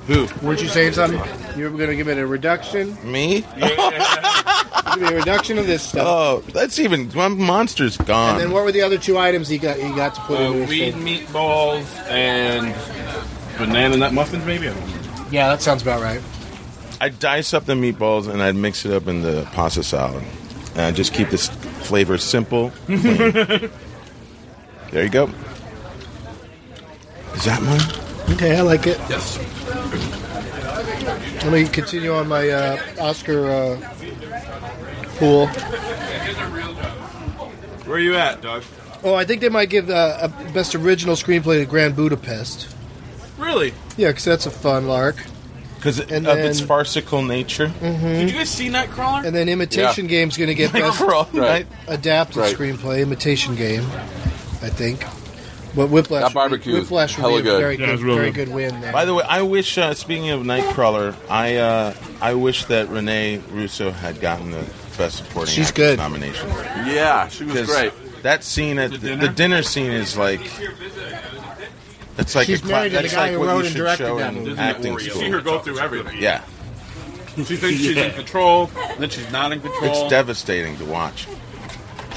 Who?
Weren't you saying something? You were going to give it a reduction.
Me?
give me a reduction of this stuff.
Oh, that's even. My monster's
and
gone.
then what were the other two items he got? He got to put
Uh,
in.
weed meatballs and banana nut muffins, maybe. I don't know.
Yeah, that sounds about right.
I'd dice up the meatballs and I'd mix it up in the pasta salad. And I'd just keep this flavor simple. clean. there you go. Is that mine?
Okay, I like it.
Yes.
Let me continue on my uh, Oscar uh, pool.
Where you at, Doug?
Oh, I think they might give uh, a best original screenplay to Grand Budapest.
Really?
Yeah, because that's a fun lark.
Because of
And
its
then-
farcical nature.
Did you guys see Nightcrawler?
And then Imitation
Yeah.
Game's going to get
Like,
best
overall, right.
adapted
Right.
screenplay. Imitation Game, I think. But Whiplash,
That barbecue is
Whiplash would
hella
be a
good.
very
Yeah,
good,
it's really
very
good.
good win. There.
By the way, I wish. Uh, speaking of Nightcrawler, I uh, I wish that Renee Russo had gotten the Best Supporting
She's
Actress
good.
nomination.
Yeah, she was
'Cause
great.
That scene at the, the, dinner? scene is like. That's like
She's
a cla-
married to the
that's
guy
like
who
what
wrote
you
and
should
directed
show
that
in
movie. Isn't it
acting
You
school.
see her go through everything.
Yeah,
She thinks she's
Yeah.
in control, then she's not in control.
it's devastating to watch.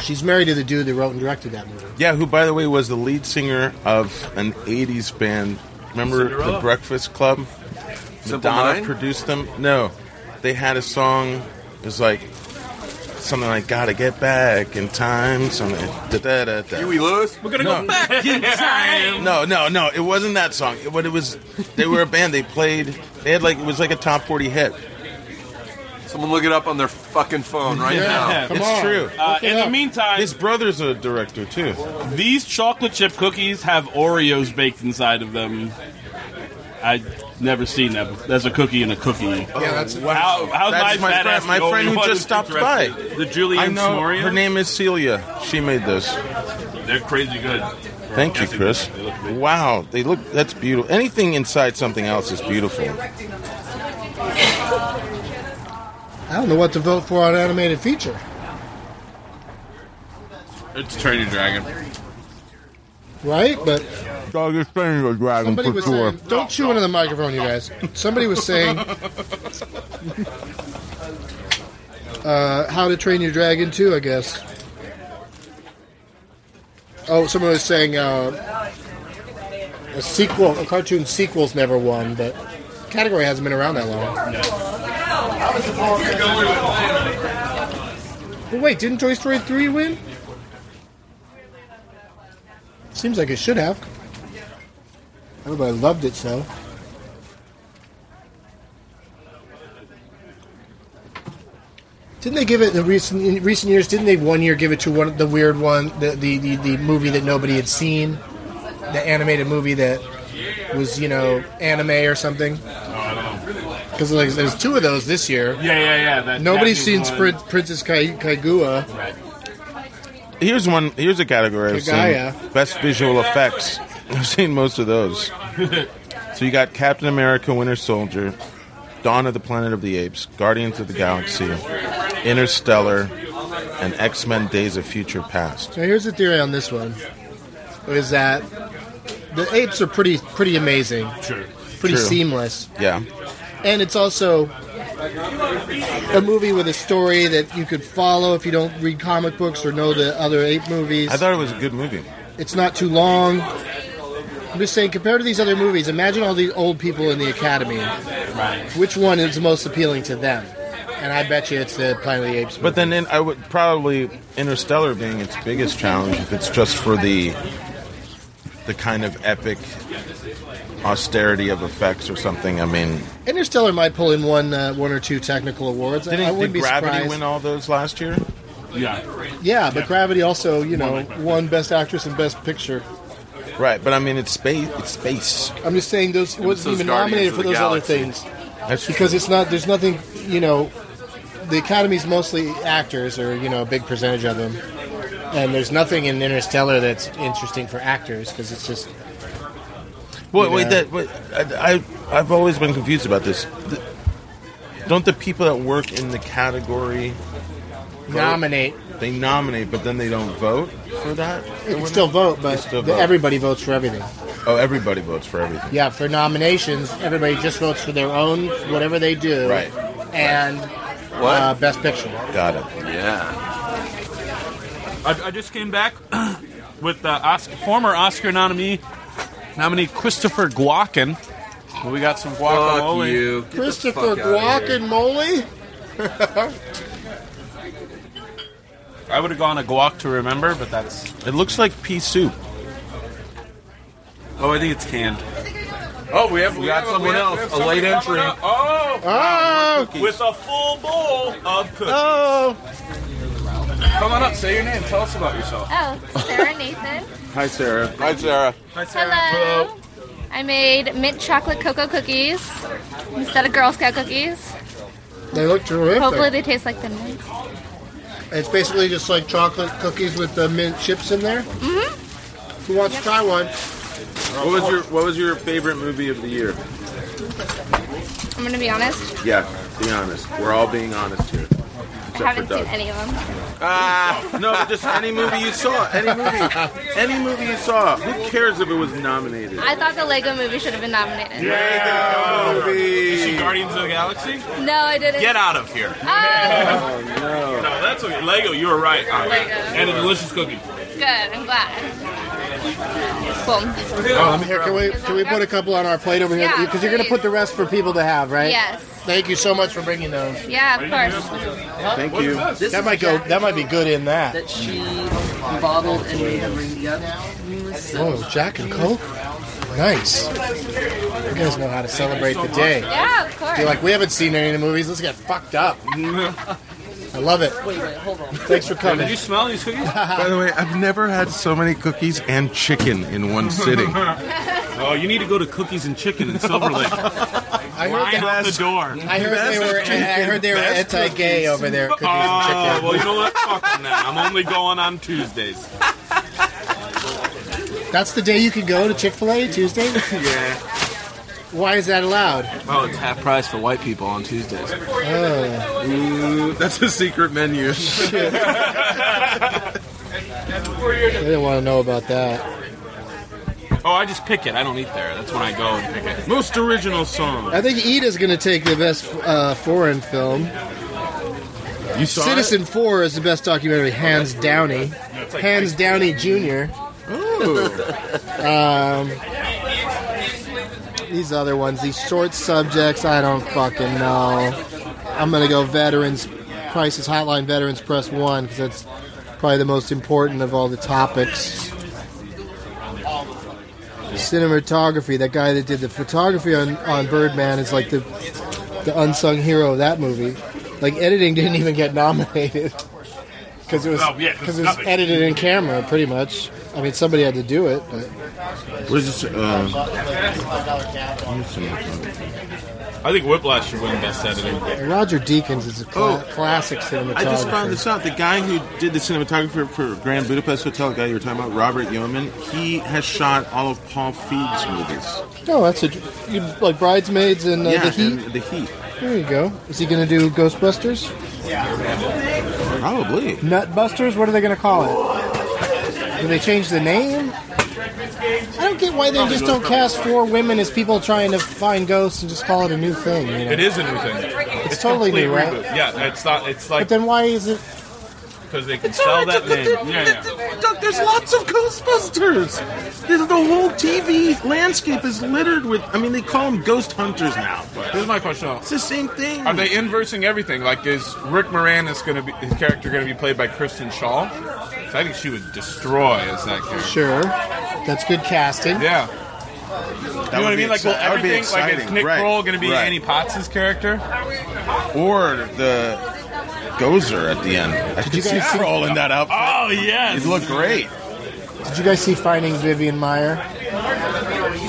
She's married to the dude that wrote and directed that movie.
Yeah, who by the way was the lead singer of an '80s band. Remember
Cinderella?
the Breakfast Club?
Simple
Madonna
Minds?
produced them. No, they had a song. It was like something like "Gotta Get Back in Time." Something. Da, da, da, da.
Huey Lewis?
We're gonna
No.
go back in time.
No, no, no. It wasn't that song. It, but it was. They were a band. They played. They had like it was like a top forty hit.
Someone look it up on their fucking phone right now.
it's true.
Uh, in the meantime,
his brother's a director too.
These chocolate chip cookies have Oreos baked inside of them. I never seen that. before. That's a cookie and a cookie. Yeah,
that's-
how, how's
That's
my,
my
fat
friend,
ass
my
the only
friend who
one
just stopped by.
interested? The Julian
I know
Smoria.
her name is Celia. She made those.
They're crazy good.
Thank you, Chris. Wow, they look. That's beautiful. Anything inside something else is beautiful.
I don't know what to vote for on animated feature.
It's Turning Dragon.
Right? But
Dog Oh, is training a dragon
somebody was saying, don't chew into the microphone, you guys. Somebody was saying, uh, How to Train Your Dragon 2, I guess. Oh, someone was saying uh, a sequel, a cartoon sequel's never won, but category hasn't been around that long. But wait, didn't Toy Story 3 win? Seems like it should have. Everybody loved it, so. Didn't they give it in recent in recent years? Didn't they one year give it to one the weird one, the the, the, the movie that nobody had seen, the animated movie that was you know anime or something? Because like, there's two of those this year.
Yeah, yeah, yeah. That
Nobody's seen
Japanese one.
Prin- Princess Kai- Kaiguya.
Here's one. Here's a category I've seen.
Kagaya.
Best visual effects. I've seen most of those. So you got Captain America: Winter Soldier, Dawn of the Planet of the Apes, Guardians of the Galaxy, Interstellar, and X Men: Days of Future Past.
Now here's the theory on this one: is that the apes are pretty pretty amazing, pretty
True.
seamless.
Yeah.
and it's also a movie with a story that you could follow if you don't read comic books or know the other ape movies.
I thought it was a good movie.
It's not too long. I'm just saying, compared to these other movies, imagine all the old people in the academy. Which one is the most appealing to them? And I bet you it's the Planet of the Apes.
But then in, I would probably Interstellar being its biggest challenge if it's just for the the kind of epic austerity of effects or something. I mean,
Interstellar might pull in one, uh, one or two technical awards. I- I
didn't
wouldn't
did
be
Gravity
surprised.
win all those last year?
Yeah.
Yeah, but Gravity also, you know,
One
won Best Actress and Best Picture.
Right, but I mean it's space. It's space.
I'm just saying those it wasn't even nominated for those other things
That's
because it's not. There's nothing. You know, the Academy's mostly actors, or you know, a big percentage of them. And there's nothing in Interstellar that's interesting for actors because it's just.
Wait,
you
wait,
know.
that, wait I, I, I've always been confused about this. The- don't the people that work in the category vote?
Nominate.
They nominate, but then they don't vote for that.
You can still vote, but
still
the-
vote.
everybody votes for everything.
Oh, everybody votes for everything.
Yeah, for nominations, everybody just votes for their own whatever they do.
Right.
And uh, Best Picture.
Got it.
Yeah.
I, I just came back with the Oscar, former Oscar nominee, nominee Christopher Guakin. We got some guacamole.
you. Get the
Christopher
fuck outta here.
Guacamole.
I would have gone a guac to remember, but that's.
It looks like pea soup.
Oh, I think it's canned.
Oh, we have we, got
have a-
someone
we
else,
have- we have
a late
someone
entry.
coming up. Oh,
wow,
cookies. with a full bowl of cookies.
Come on up, say your name, tell us about yourself.
Oh, Sarah Nathan.
Hi, Sarah. Hi, Sarah. Hi,
Hello. I made mint chocolate cocoa cookies instead of Girl Scout cookies.
They look terrific.
Hopefully, they taste like the mint.
It's basically just like chocolate cookies with the mint chips in there.
Mm-hmm.
Who wants to try one?
What was your What was your favorite movie of the year?
I'm gonna be honest.
Yeah, be honest. We're all being honest here.
I haven't seen any of them.
Ah, no, but just any movie you saw, any movie, any movie you saw. Who cares if it was nominated?
I thought the Lego movie should have been nominated.
Is she Guardians of the Galaxy?
No, I didn't.
Get out of here.
Oh.
no. that's okay. Lego, you were right.
Lego.
And a delicious cookie.
Good, I'm glad.
Oh,
Boom.
Um,
here, can we can we put a couple on our plate over here?
Yeah,
Because you're going to put the rest for people to have, right?
Yes.
Thank you so much for bringing those.
Yeah, of course.
Thank
you.
That might go. That might be good in that.
that she bottled and made them bring together.
Whoa, Oh, Jack and Coke. Nice. You guys know how to celebrate the day.
Yeah, of course.
You're like, we haven't seen any of the movies. Let's get fucked up. I love it.
Wait, wait, hold on.
Thanks for coming.
Did you smell these cookies?
By the way, I've never had so many cookies and chicken in one sitting.
oh, you need to go to Cookies and Chicken in Silver Lake.
I heard
Line
that-
out the door.
I heard they were. I heard they were
Best
anti-gay
cookies.
over there. Cookies and
Oh,
chicken.
well, you know what? Fuck them now. I'm only going on Tuesdays.
That's the day you can go to Chick Fil A Tuesday.
yeah.
Why is that allowed?
Oh, it's half price for white people on Tuesdays.
Oh.
Ooh, that's a secret menu.
I didn't want to know about that.
Oh, I just pick it. I don't eat there. That's when I go and pick it. Most original song.
I think Ida's going to take the best uh, foreign film.
You
saw Oh,
Citizen Four is the best documentary, hands Downey,
like-
hands Downey Jr. um, these other ones, these short subjects, I don't fucking know. I'm gonna go Veterans Crisis Hotline, Veterans Press One, because that's probably the most important of all the topics. Cinematography, that guy that did the photography on, on Birdman is like the the unsung hero of that movie. Like editing didn't even get nominated because it was
Oh, yeah, 'cause
because it was
nothing.
edited in camera pretty much. I mean, somebody had to do it, but
What is this?
um,
I think Whiplash should win Best Editing.
Roger Deakins is a cla- classic cinematographer.
Oh. I just found this out. The guy who did the cinematographer for Grand Budapest Hotel, the guy you were talking about, Robert Yeoman, he has shot all of Paul Feig's movies.
Oh, that's a you like bridesmaids and uh,
yeah,
the heat.
and the Heat.
There you go. Is he going to do Ghostbusters?
Probably.
Nutbusters? What are they going to call it? Do they change the name? I don't get why they just don't cast four women as people trying to find ghosts and just call it a new thing. You know?
It is a new thing. It's,
totally
complete
new, right?
reboot. Yeah, it's not. It's like
But then why is it?
because they can sell that name. Yeah, yeah.
There's lots of Ghostbusters. There's- The whole TV landscape is littered with. I mean, they call them ghost hunters now.
Here's my question. though.
It's the same thing.
Are they inversing everything? Like, is Rick Moranis going to be his character going to be played by Kristen Shaw? 'Cause I think she would destroy as that character.
Sure, that's good casting.
Yeah.
That
you know
would
what I
be
mean? Like, will
exci- that would be
everything like is
exciting.
Nick
Right.
Kroll going to be
Right.
Annie Potts's character?
Or the Gozer at the end. I could
you
see
guys see-
Kroll in that outfit.
Oh yes,
it looked great.
Did you guys see Finding Vivian Meyer?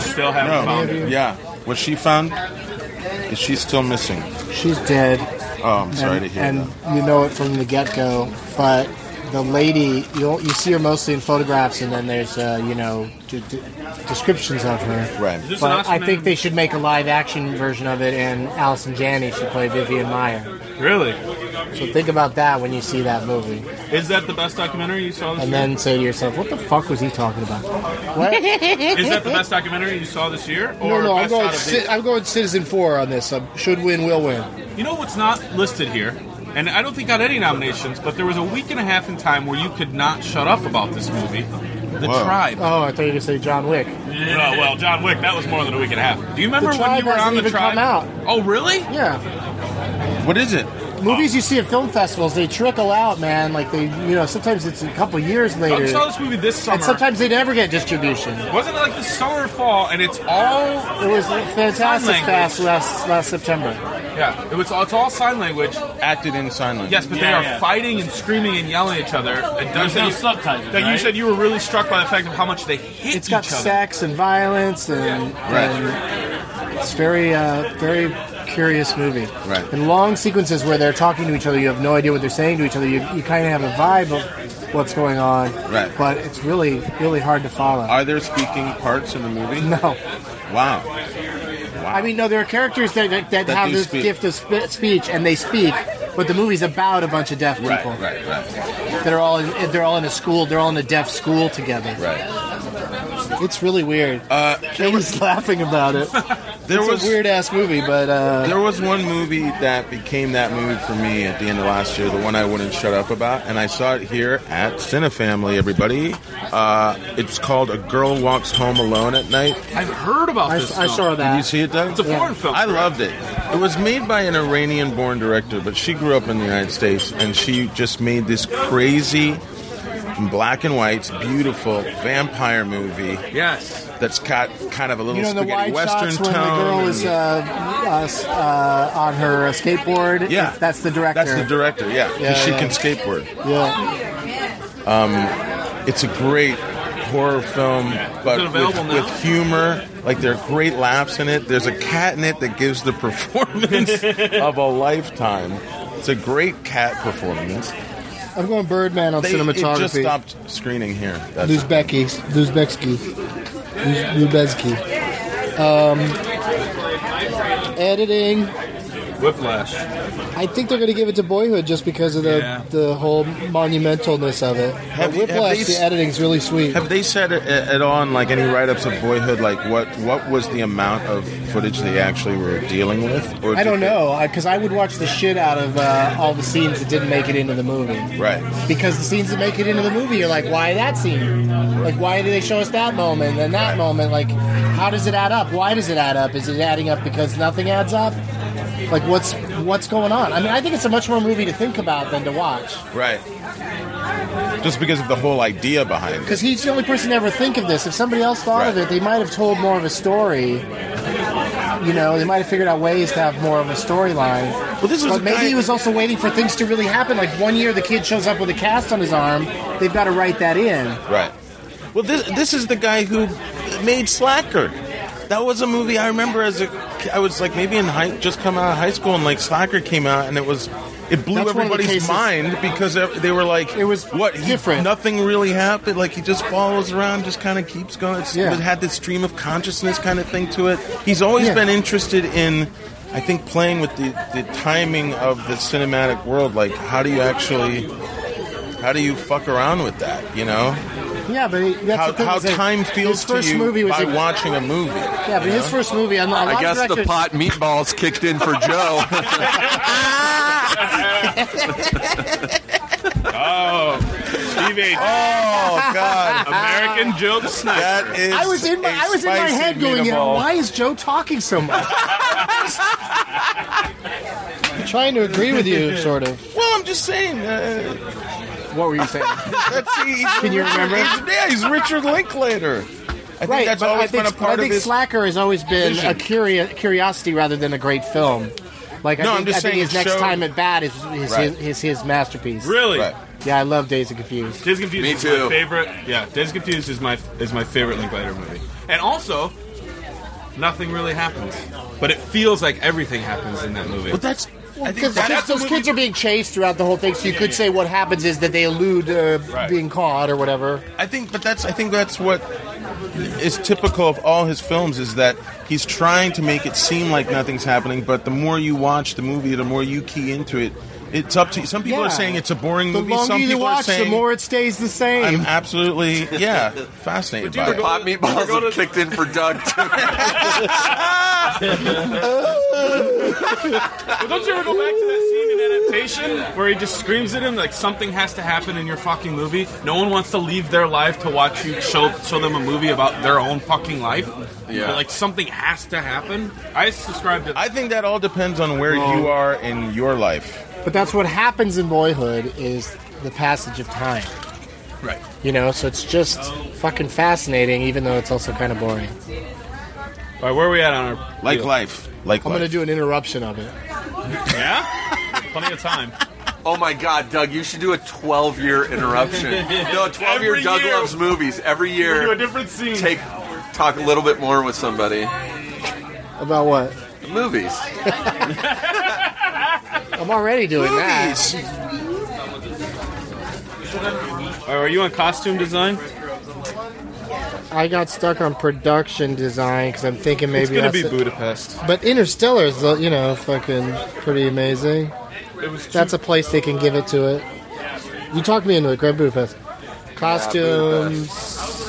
Still haven't
No,
found it.
Um, yeah. What she found is she's still missing.
She's dead.
Oh, I'm sorry
and,
to hear
and
that.
you know it from the get go, but the lady you you see her mostly in photographs, and then there's uh, you know d- d- descriptions of her.
Right.
this an
But
Oscar
I think
name?
they should make a live action version of it, and Allison Janney should play Vivian Meyer.
Really?
So think about that when you see that movie,
Is that the best documentary you saw this
and
year?
then say to yourself, "What the fuck was he talking about?" What?
Is that the best documentary you saw this year?
No,
Or
no, I'm
best
going.
out of
Ci- I'm going Citizen Four on this. Um, should win, will win.
the- You know what's not listed here? And I don't think got any nominations, but there was a week and a half in time where you could not shut up about this movie. The Tribe.
Oh, I thought you were going to say John Wick.
Yeah, Oh, well, John Wick, that was more than a week and a half. Do you remember
The
when
Tribe
you were
hasn't
on the
even
tribe?
come out.
Oh, really?
Yeah,
What is it?
movies you see at film festivals they trickle out, man. Like they, you know, sometimes it's a couple years
I
later.
saw this movie this summer.
And sometimes they never get distribution.
Wasn't it like the summer or fall? And it's all
It was
sign
fantastic
language.
fast last last September.
Yeah, it was. It's all sign language.
Acted in sign language.
Yes, but they
Yeah,
are
yeah.
fighting and screaming and yelling at each other. It
There's
doesn't-
no subtitles,
Like you
right?
said, you were really struck by the fact of how much they hit
It's
each
got
other.
sex and violence and, and it's very uh, very curious movie.
Right.
And long sequences where they're talking to each other, you have no idea what they're saying to each other. You, you kind of have a vibe of what's going on.
Right.
But it's really really hard to follow.
Are there speaking parts in the movie?
No.
Wow.
I mean, no, there are characters that that, that,
That
have
do
this
speak.
gift of sp- speech and they speak, but the movie's about a bunch of deaf
Right,
people.
right, right.
They're all in, they're all in a school. They're all in a deaf school together.
Right.
It's really weird.
Uh,
Kate was laughing about it.
There
it's
was-
a weird ass movie, but uh,
There was one movie that became that movie for me at the end of last year, the one I wouldn't shut up about, and I saw it here at Cinefamily, everybody. Uh, it's called A Girl Walks Home Alone at Night.
I've heard about
I-
this.
I
film.
saw that.
Did you see it, though?
It's a foreign film.
I loved it. It was made by an Iranian born director, but she grew up in the United States, and she just made this crazy, black and white, beautiful vampire movie
Yes.
that's got kind of a little
you know the
spaghetti
wide
western
shots
tone.
when the girl is
and-
uh, uh, s- uh, on her uh, skateboard.
Yeah.
that's the director.
That's the director, yeah. 'cause
Yeah,
she
yeah.
can skateboard.
Yeah,
Um, it's a great horror film,
Is it
but
available
with,
now?
with humor. Like there are great laughs in it. There's a cat in it that gives the performance of a lifetime. It's a great cat performance.
I'm going Birdman on
They-
cinematography.
It just stopped screening here. That's
Luzbecki. Luzbecki. Luzbecki. Um, editing.
Whiplash.
I think they're going to give it to Boyhood just because of the,
Yeah.
the whole monumentalness of it.
Have
But
you- have
Whiplash,
they
the
s-
editing's really sweet.
Have they said at, at all in like any write-ups of Boyhood, like what what was the amount of footage they actually were dealing with? Or
I
did
don't
they-
know, because I would watch the shit out of uh, all the scenes that didn't make it into the movie.
Right.
Because the scenes that make it into the movie, you're like, why that scene? Like, why did they show us that moment and that moment? Like, how does it add up? Why does it add up? Is it adding up because nothing adds up? Like, what's what's going on? I mean, I think it's a much more movie to think about than to watch.
Right. Just because of the whole idea behind it.
Because he's the only person to ever think of this. If somebody else thought of it, they might have told more of a story. You know, they might have figured out ways to have more of a storyline. Well,
this was
but
a
maybe
guy-
he was also waiting for things to really happen. Like one year, the kid shows up with a cast on his arm. They've got to write that in.
Right. Well, this this is the guy who made Slacker. That was a movie I remember as a I was like maybe in high just come out of high school and like Slacker came out and it was it blew
That's one of the
everybody's
cases-
mind because ev- they were like it was what he,
different.
nothing really happened like he just follows around just kind of keeps going it's,
Yeah.
it had this stream of consciousness kind of thing to it he's always
Yeah.
been interested in I think playing with the, the timing of the cinematic world like how do you actually how do you fuck around with that you know
Yeah, but he- that's
how,
the thing
how
is that
time feels
his first
to you
movie was
by
a-
watching a movie.
Yeah, but his first movie. I'm not, a
I
lot of
guess the
directors-
pot meatballs kicked in for Joe.
Oh, Steve H.
Oh God,
American Joe the Sniper.
That is
I was in my I was in my head going, you know, why is Joe talking so much? I'm trying to agree with you, sort of.
Well, I'm just saying. Uh,
What were you saying?
that's, he's
Can you
Richard-
remember?
he's- yeah, he's Richard Linklater. I think that's
but
always
I think,
been a
but I
part of
think
his.
Slacker has always been
vision.
a curio- curiosity rather than a great film. Like
No,
I
I'm
think,
just
I think
saying
his
it
next
showed-
time at bat is is,
Right.
his, is his masterpiece.
Really? Right.
Yeah, I love Days of Confused.
Days Confused is my favorite. Yeah, Days Confused is my is my favorite Link Lighter movie. And also, nothing really happens, but it feels like everything happens in that movie.
But that's-
I think
Because the
that's
kids-
the
those kids are being chased throughout the whole thing, so you could say what happens is that they elude uh, being caught or whatever.
I think, but that's I think that's what is typical of all his films is that he's trying to make it seem like nothing's happening. But the more you watch the movie, the more you key into it. It's up to you. Some people
Yeah.
are saying it's a boring
The
movie.
longer
Some
you
people
watch,
are saying
the more it stays the same.
I'm absolutely yeah fascinated
Would you
by
ever
it.
go to- Hot meatballs ever go have to- kicked in for Doug.
well, don't you ever go back to that scene in adaptation where he just screams at him like something has to happen in your fucking movie? No one wants to leave their life to watch you show show them a movie about their own fucking life.
Yeah.
But, like something has to happen. I subscribe to.
I think that all depends on where you are in your life.
But that's what happens in Boyhood is the passage of time.
Right.
You know, so it's just fucking fascinating, even though it's also kind of boring.
All right, where are we at on our
like life? Like
I'm
life.
gonna do an interruption of it.
Yeah? Plenty of time.
Oh my God, Doug! You should do a 12-year interruption. No, a 12-year
Every
Doug
year.
loves movies. Every year,
We do a different scene.
Take talk a little bit more with somebody.
About what?
Movies.
I'm already doing that.
Or are you on costume design?
I got stuck on production design because I'm thinking maybe
it's gonna
that's
be
it.
Budapest.
But Interstellar is, uh, you know, fucking pretty amazing.
It was
That's a place they can give it to it. You talked me into it, Grand Budapest. Costumes.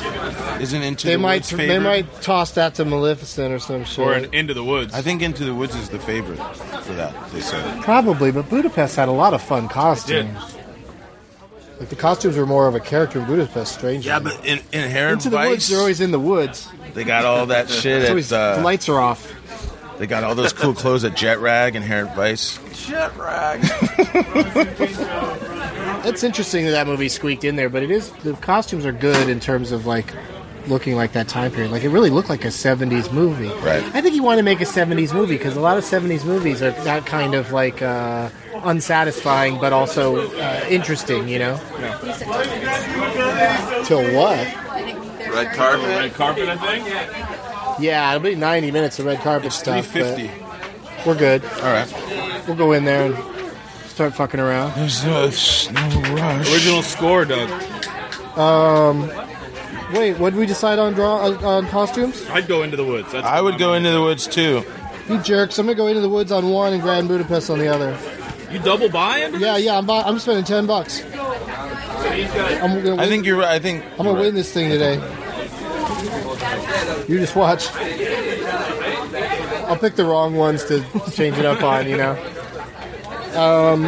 Isn't Into
they
the
might
Woods
they
favorite?
might toss that to Maleficent or some shit.
Or an
Into the Woods.
I think Into the Woods is the favorite for that. They said.
Probably, but Budapest had a lot of fun costumes. Like the costumes were more of a character in Budapest, strange.
Yeah, but in, inherent
Into the woods, they're always in the woods.
They got all that uh, shit.
It's
At,
always- the lights are off.
They got all those cool clothes at Jet Rag and Hair Vice.
Jet rag.
It's interesting that that movie squeaked in there, but it is the costumes are good in terms of like looking like that time period. Like it really looked like a '70s movie. Right. I think you want to make a '70s movie because a lot of '70s movies are that kind of like uh, unsatisfying, but also uh, interesting. You know. Till what?
Red carpet.
Red carpet, I think.
Yeah, it'll be 90 minutes of red carpet stuff. but
350.
We're good. All
right.
We'll go in there and start fucking around.
There's no, no rush.
Original score, Doug.
Um, wait, what did we decide on draw on, on costumes?
I'd go into the woods. That's
I would go into the woods too.
You jerks! I'm gonna go into the woods on one and Grand Budapest on the other.
You double buy into
Yeah, yeah. I'm bu- I'm spending ten bucks. I'm gonna win,
I think you're right. I think
I'm gonna win this thing today. You just watch. I'll pick the wrong ones to change it up on. You know. Um,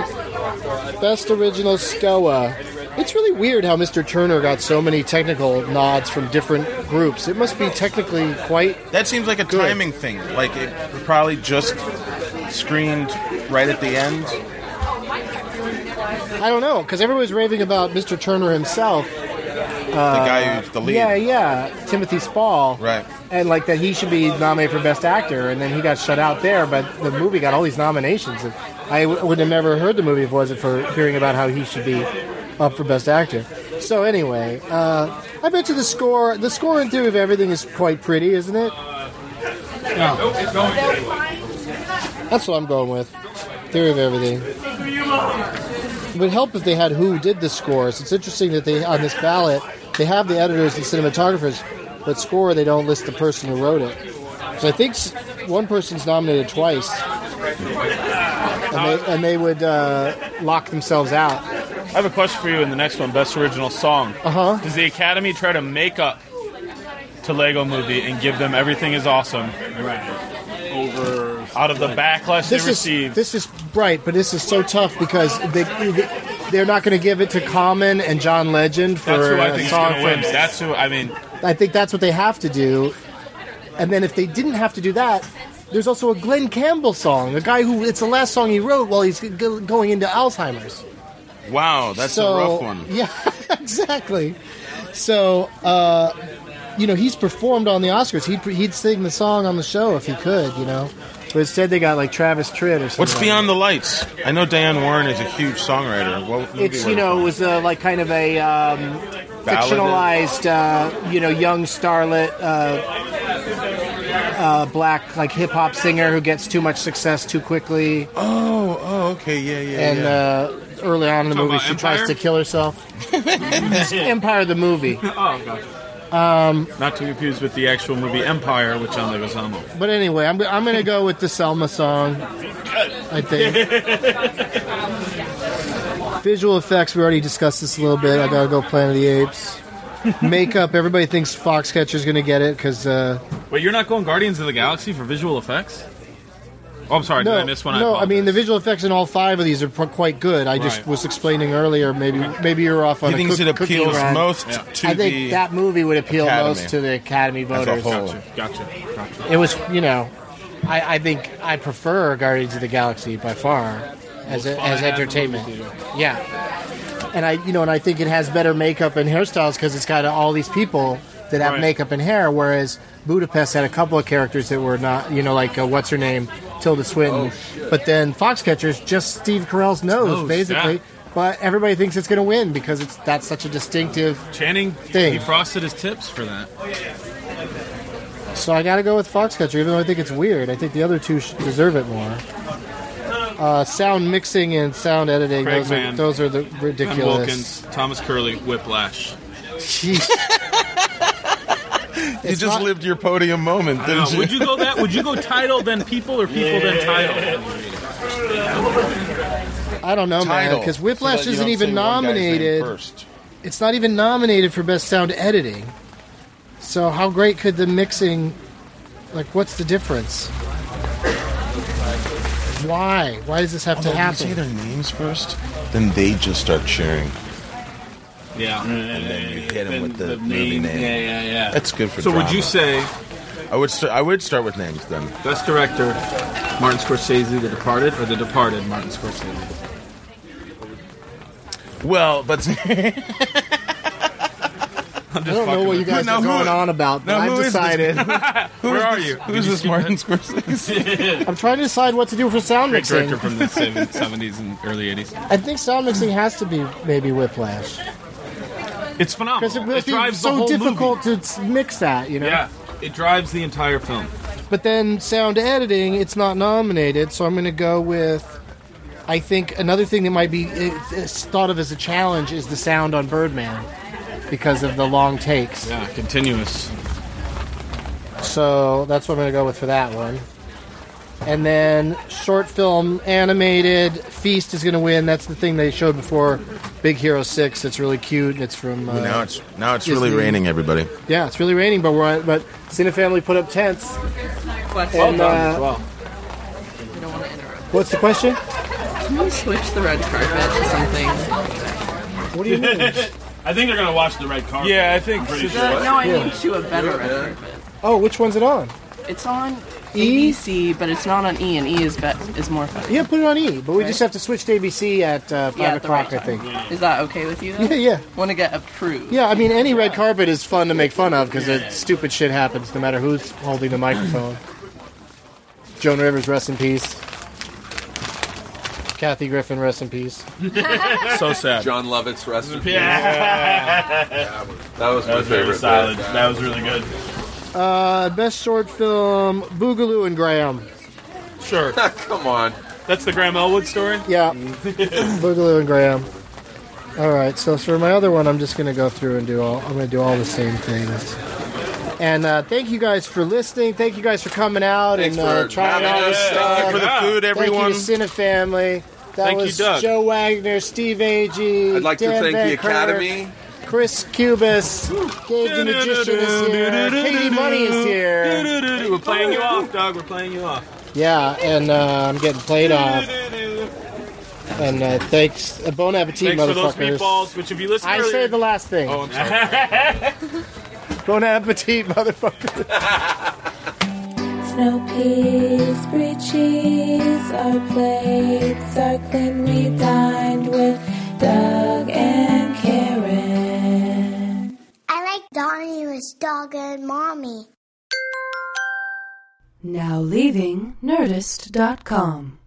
best original SCOA. It's really weird how Mr. Turner got so many technical nods from different groups. It must be technically quite
That seems like a timing thing. Like it probably just screened right at the end.
I don't know because everybody's raving about Mr. Turner himself. the
guy who's the lead.
Uh, Yeah, yeah, Timothy Spall.
Right.
And like that, he should be nominated for Best Actor, and then he got shut out there. But the movie got all these nominations. And I w- would have never heard the movie if it wasn't for hearing about how he should be up for Best Actor. So anyway, uh, I bet you the score, the score in theory of everything is quite pretty, isn't it?
Nope, it's going
That's what I'm going with. Theory of everything. It would help if they had who did the scores. It's interesting that they on this ballot they have the editors and cinematographers, but score they don't list the person who wrote it. So I think s- one person's nominated twice, and they, and they would uh, lock themselves out.
I have a question for you in the next one, best original song.
Uh huh.
Does the Academy try to make up to Lego Movie and give them everything is awesome? Over out of the backlash
This
they
is
received.
this is right, but this is so tough because they. they're not going to give it to Common and John Legend for
That's who I
a
think is
song
going to
from
win. That's who I mean.
I think that's what they have to do. And then if they didn't have to do that, there's also a Glenn Campbell song, a guy who it's the last song he wrote while he's g- g- going into Alzheimer's.
Wow, that's
so,
a rough one.
Yeah, exactly. So, uh, you know, he's performed on the Oscars. He'd, he'd sing the song on the show if he could, you know. But instead, they got like Travis Tritt or something.
What's
like
Beyond the Lights? I know Diane Warren is a huge songwriter. What
that.
movie
It's
was
you
it?
know it was uh, like kind of a um, fictionalized uh, you know young starlet uh, uh, black like hip hop singer who gets too much success too quickly.
Oh, oh, okay, yeah, yeah.
and
yeah.
uh, early on in the
Talking
movie,
about
she
Empire?
tries to kill herself. Empire the movie.
oh, gotcha.
Um,
Not to be confused with the actual movie Empire, which John Leguizamo.
but anyway, I'm, I'm gonna go with the Selma song. I think visual effects. We already discussed this a little bit. I gotta go Planet of the Apes. Makeup. Everybody thinks Foxcatcher's gonna get it because uh,
Wait, you're not going Guardians of the Galaxy for visual effects? Oh, I'm sorry.
no,
did I miss one?
no. I,
I,
mean the visual effects in all five of these are pr- quite good. I just
Right.
was explaining earlier. Maybe maybe you're off on.
He
a
thinks
cook-
it
cookie
appeals
run.
most Yeah. to
I think
the
that movie would appeal
Academy
most to the Academy
As a
voters.
whole.
gotcha. Gotcha.
It was, you know, I, I think I prefer Guardians of the Galaxy by far as a, as entertainment. Yeah, and I, you know, and I think it has better makeup and hairstyles because it's got all these people that have
Right.
makeup and hair, whereas Budapest had a couple of characters that were not, you know, like uh, what's her name, Tilda Swinton. but then Foxcatcher's just Steve Carell's nose,
Oh, Nose,
basically.
yeah.
But everybody thinks it's going to win because it's that's such a distinctive
Channing
thing.
defrosted his tips for that.
So I got to go with Foxcatcher, even though I think it's weird. I think the other two sh- deserve it more. Uh, sound mixing and sound editing;
Craig
those
Mann,
are those are the
Tom
ridiculous.
Wilkins, Thomas Curley, Whiplash.
Jeez.
you just lived your podium moment,
I
didn't
don't know.
you?
Would you go that? Would you go title then people or people then title?
I don't know, man,
Title,
because
so
Whiplash
that you
isn't
don't
even
say one guy's name
nominated.
first.
It's not even nominated for best sound editing. So how great could the mixing? Like, what's the difference? Why? Why does this have to
Although, you say
happen?
their names first. Then they just start cheering.
Yeah. And
then you hit him with the,
the
movie
name.
name.
Yeah, yeah, yeah.
That's good for.
So would you
drama. I would. St- I would start with names then.
Best director, Martin Scorsese, The Departed, or The Departed, Martin Scorsese?
Well, but
I don't know what you guys are going on about, but
now who
I've
is this-
decided.
Where are you? Who's this Martin Scorsese?
I'm trying to decide what to do for sound
Great
mixing.
director from the 70s and early 80s.
I think sound mixing has to be maybe Whiplash
It's
because
phenomenal.
it would
It
be
drives the
so
whole
difficult to s- mix that, you know.
Yeah, it drives the entire film.
But then sound editing, it's not nominated, so I'm going to go with. I think another thing that might be uh, it's thought of as a challenge is the sound on Birdman because of the long takes.
Yeah, continuous.
So that's what I'm going to go with for that one. And then short film animated Feast is going to win. That's the thing they showed before Big Hero Six. It's really cute. and It's from uh,
now it's now it's really
Disney.
raining, everybody.
Yeah, it's really raining, but we're at, but Cine Family put up tents.
Well
And,
done
uh,
as well.
What's the question?
Can we switch the red carpet to something?
What
do you mean?
I think they're gonna watch the red carpet.
Yeah, I think
I'm pretty
so.
sure.
No, I mean to a better red carpet.
Oh, which one's it on?
It's on
E?
ABC, but it's not on E, and E is bet is more fun.
Yeah, put it on E, but we
Right.
just have to switch to ABC at uh, five
Yeah, at the
o'clock,
right
I think.
time. Is that okay with you? Though?
Yeah, yeah.
Want to get approved?
Yeah, I mean, any red carpet is fun to make fun of because stupid shit happens no matter who's holding the microphone. Joan Rivers, rest in peace. Kathy Griffin, rest in peace.
so sad. John Lovett's rest in peace.
Yeah.
That was my
That was really
favorite. bit.
solid. That was really good.
Uh, best short film, Boogaloo and Graham.
Sure.
Come on.
That's the Graham Elwood story?
Yeah. Boogaloo and Graham. All right, so for my other one, I'm just going to go through and do all. I'm going to do all the same things. And uh, thank you guys for listening. Thank you guys for coming out
Thanks
and uh,
for
trying
having
out
us.
this stuff.
Thank you for the food, everyone.
Thank you to Cine Family. That
Thank you,
was
Doug.
Joe Wagner, Steve Agee.
I'd like to
Dan
thank
Van
the
Kirk,
Academy.
Chris Cubis, Gabe the Magician is here. Katie Money is here.
We're playing you off, dog. We're playing you off.
Yeah, and uh, I'm getting played off. And uh, thanks, uh, bon appetit,
Thanks for those
motherfuckers.
meatballs, which if you listen
I
earlier-
say the last thing.
Oh, I'm sorry.
bon appetit, motherfuckers.
Snow peas, brie cheese, our plates are clean. We dined with Doug and Karen.
I like Donnie was dog and mommy.
Now leaving Nerdist.com.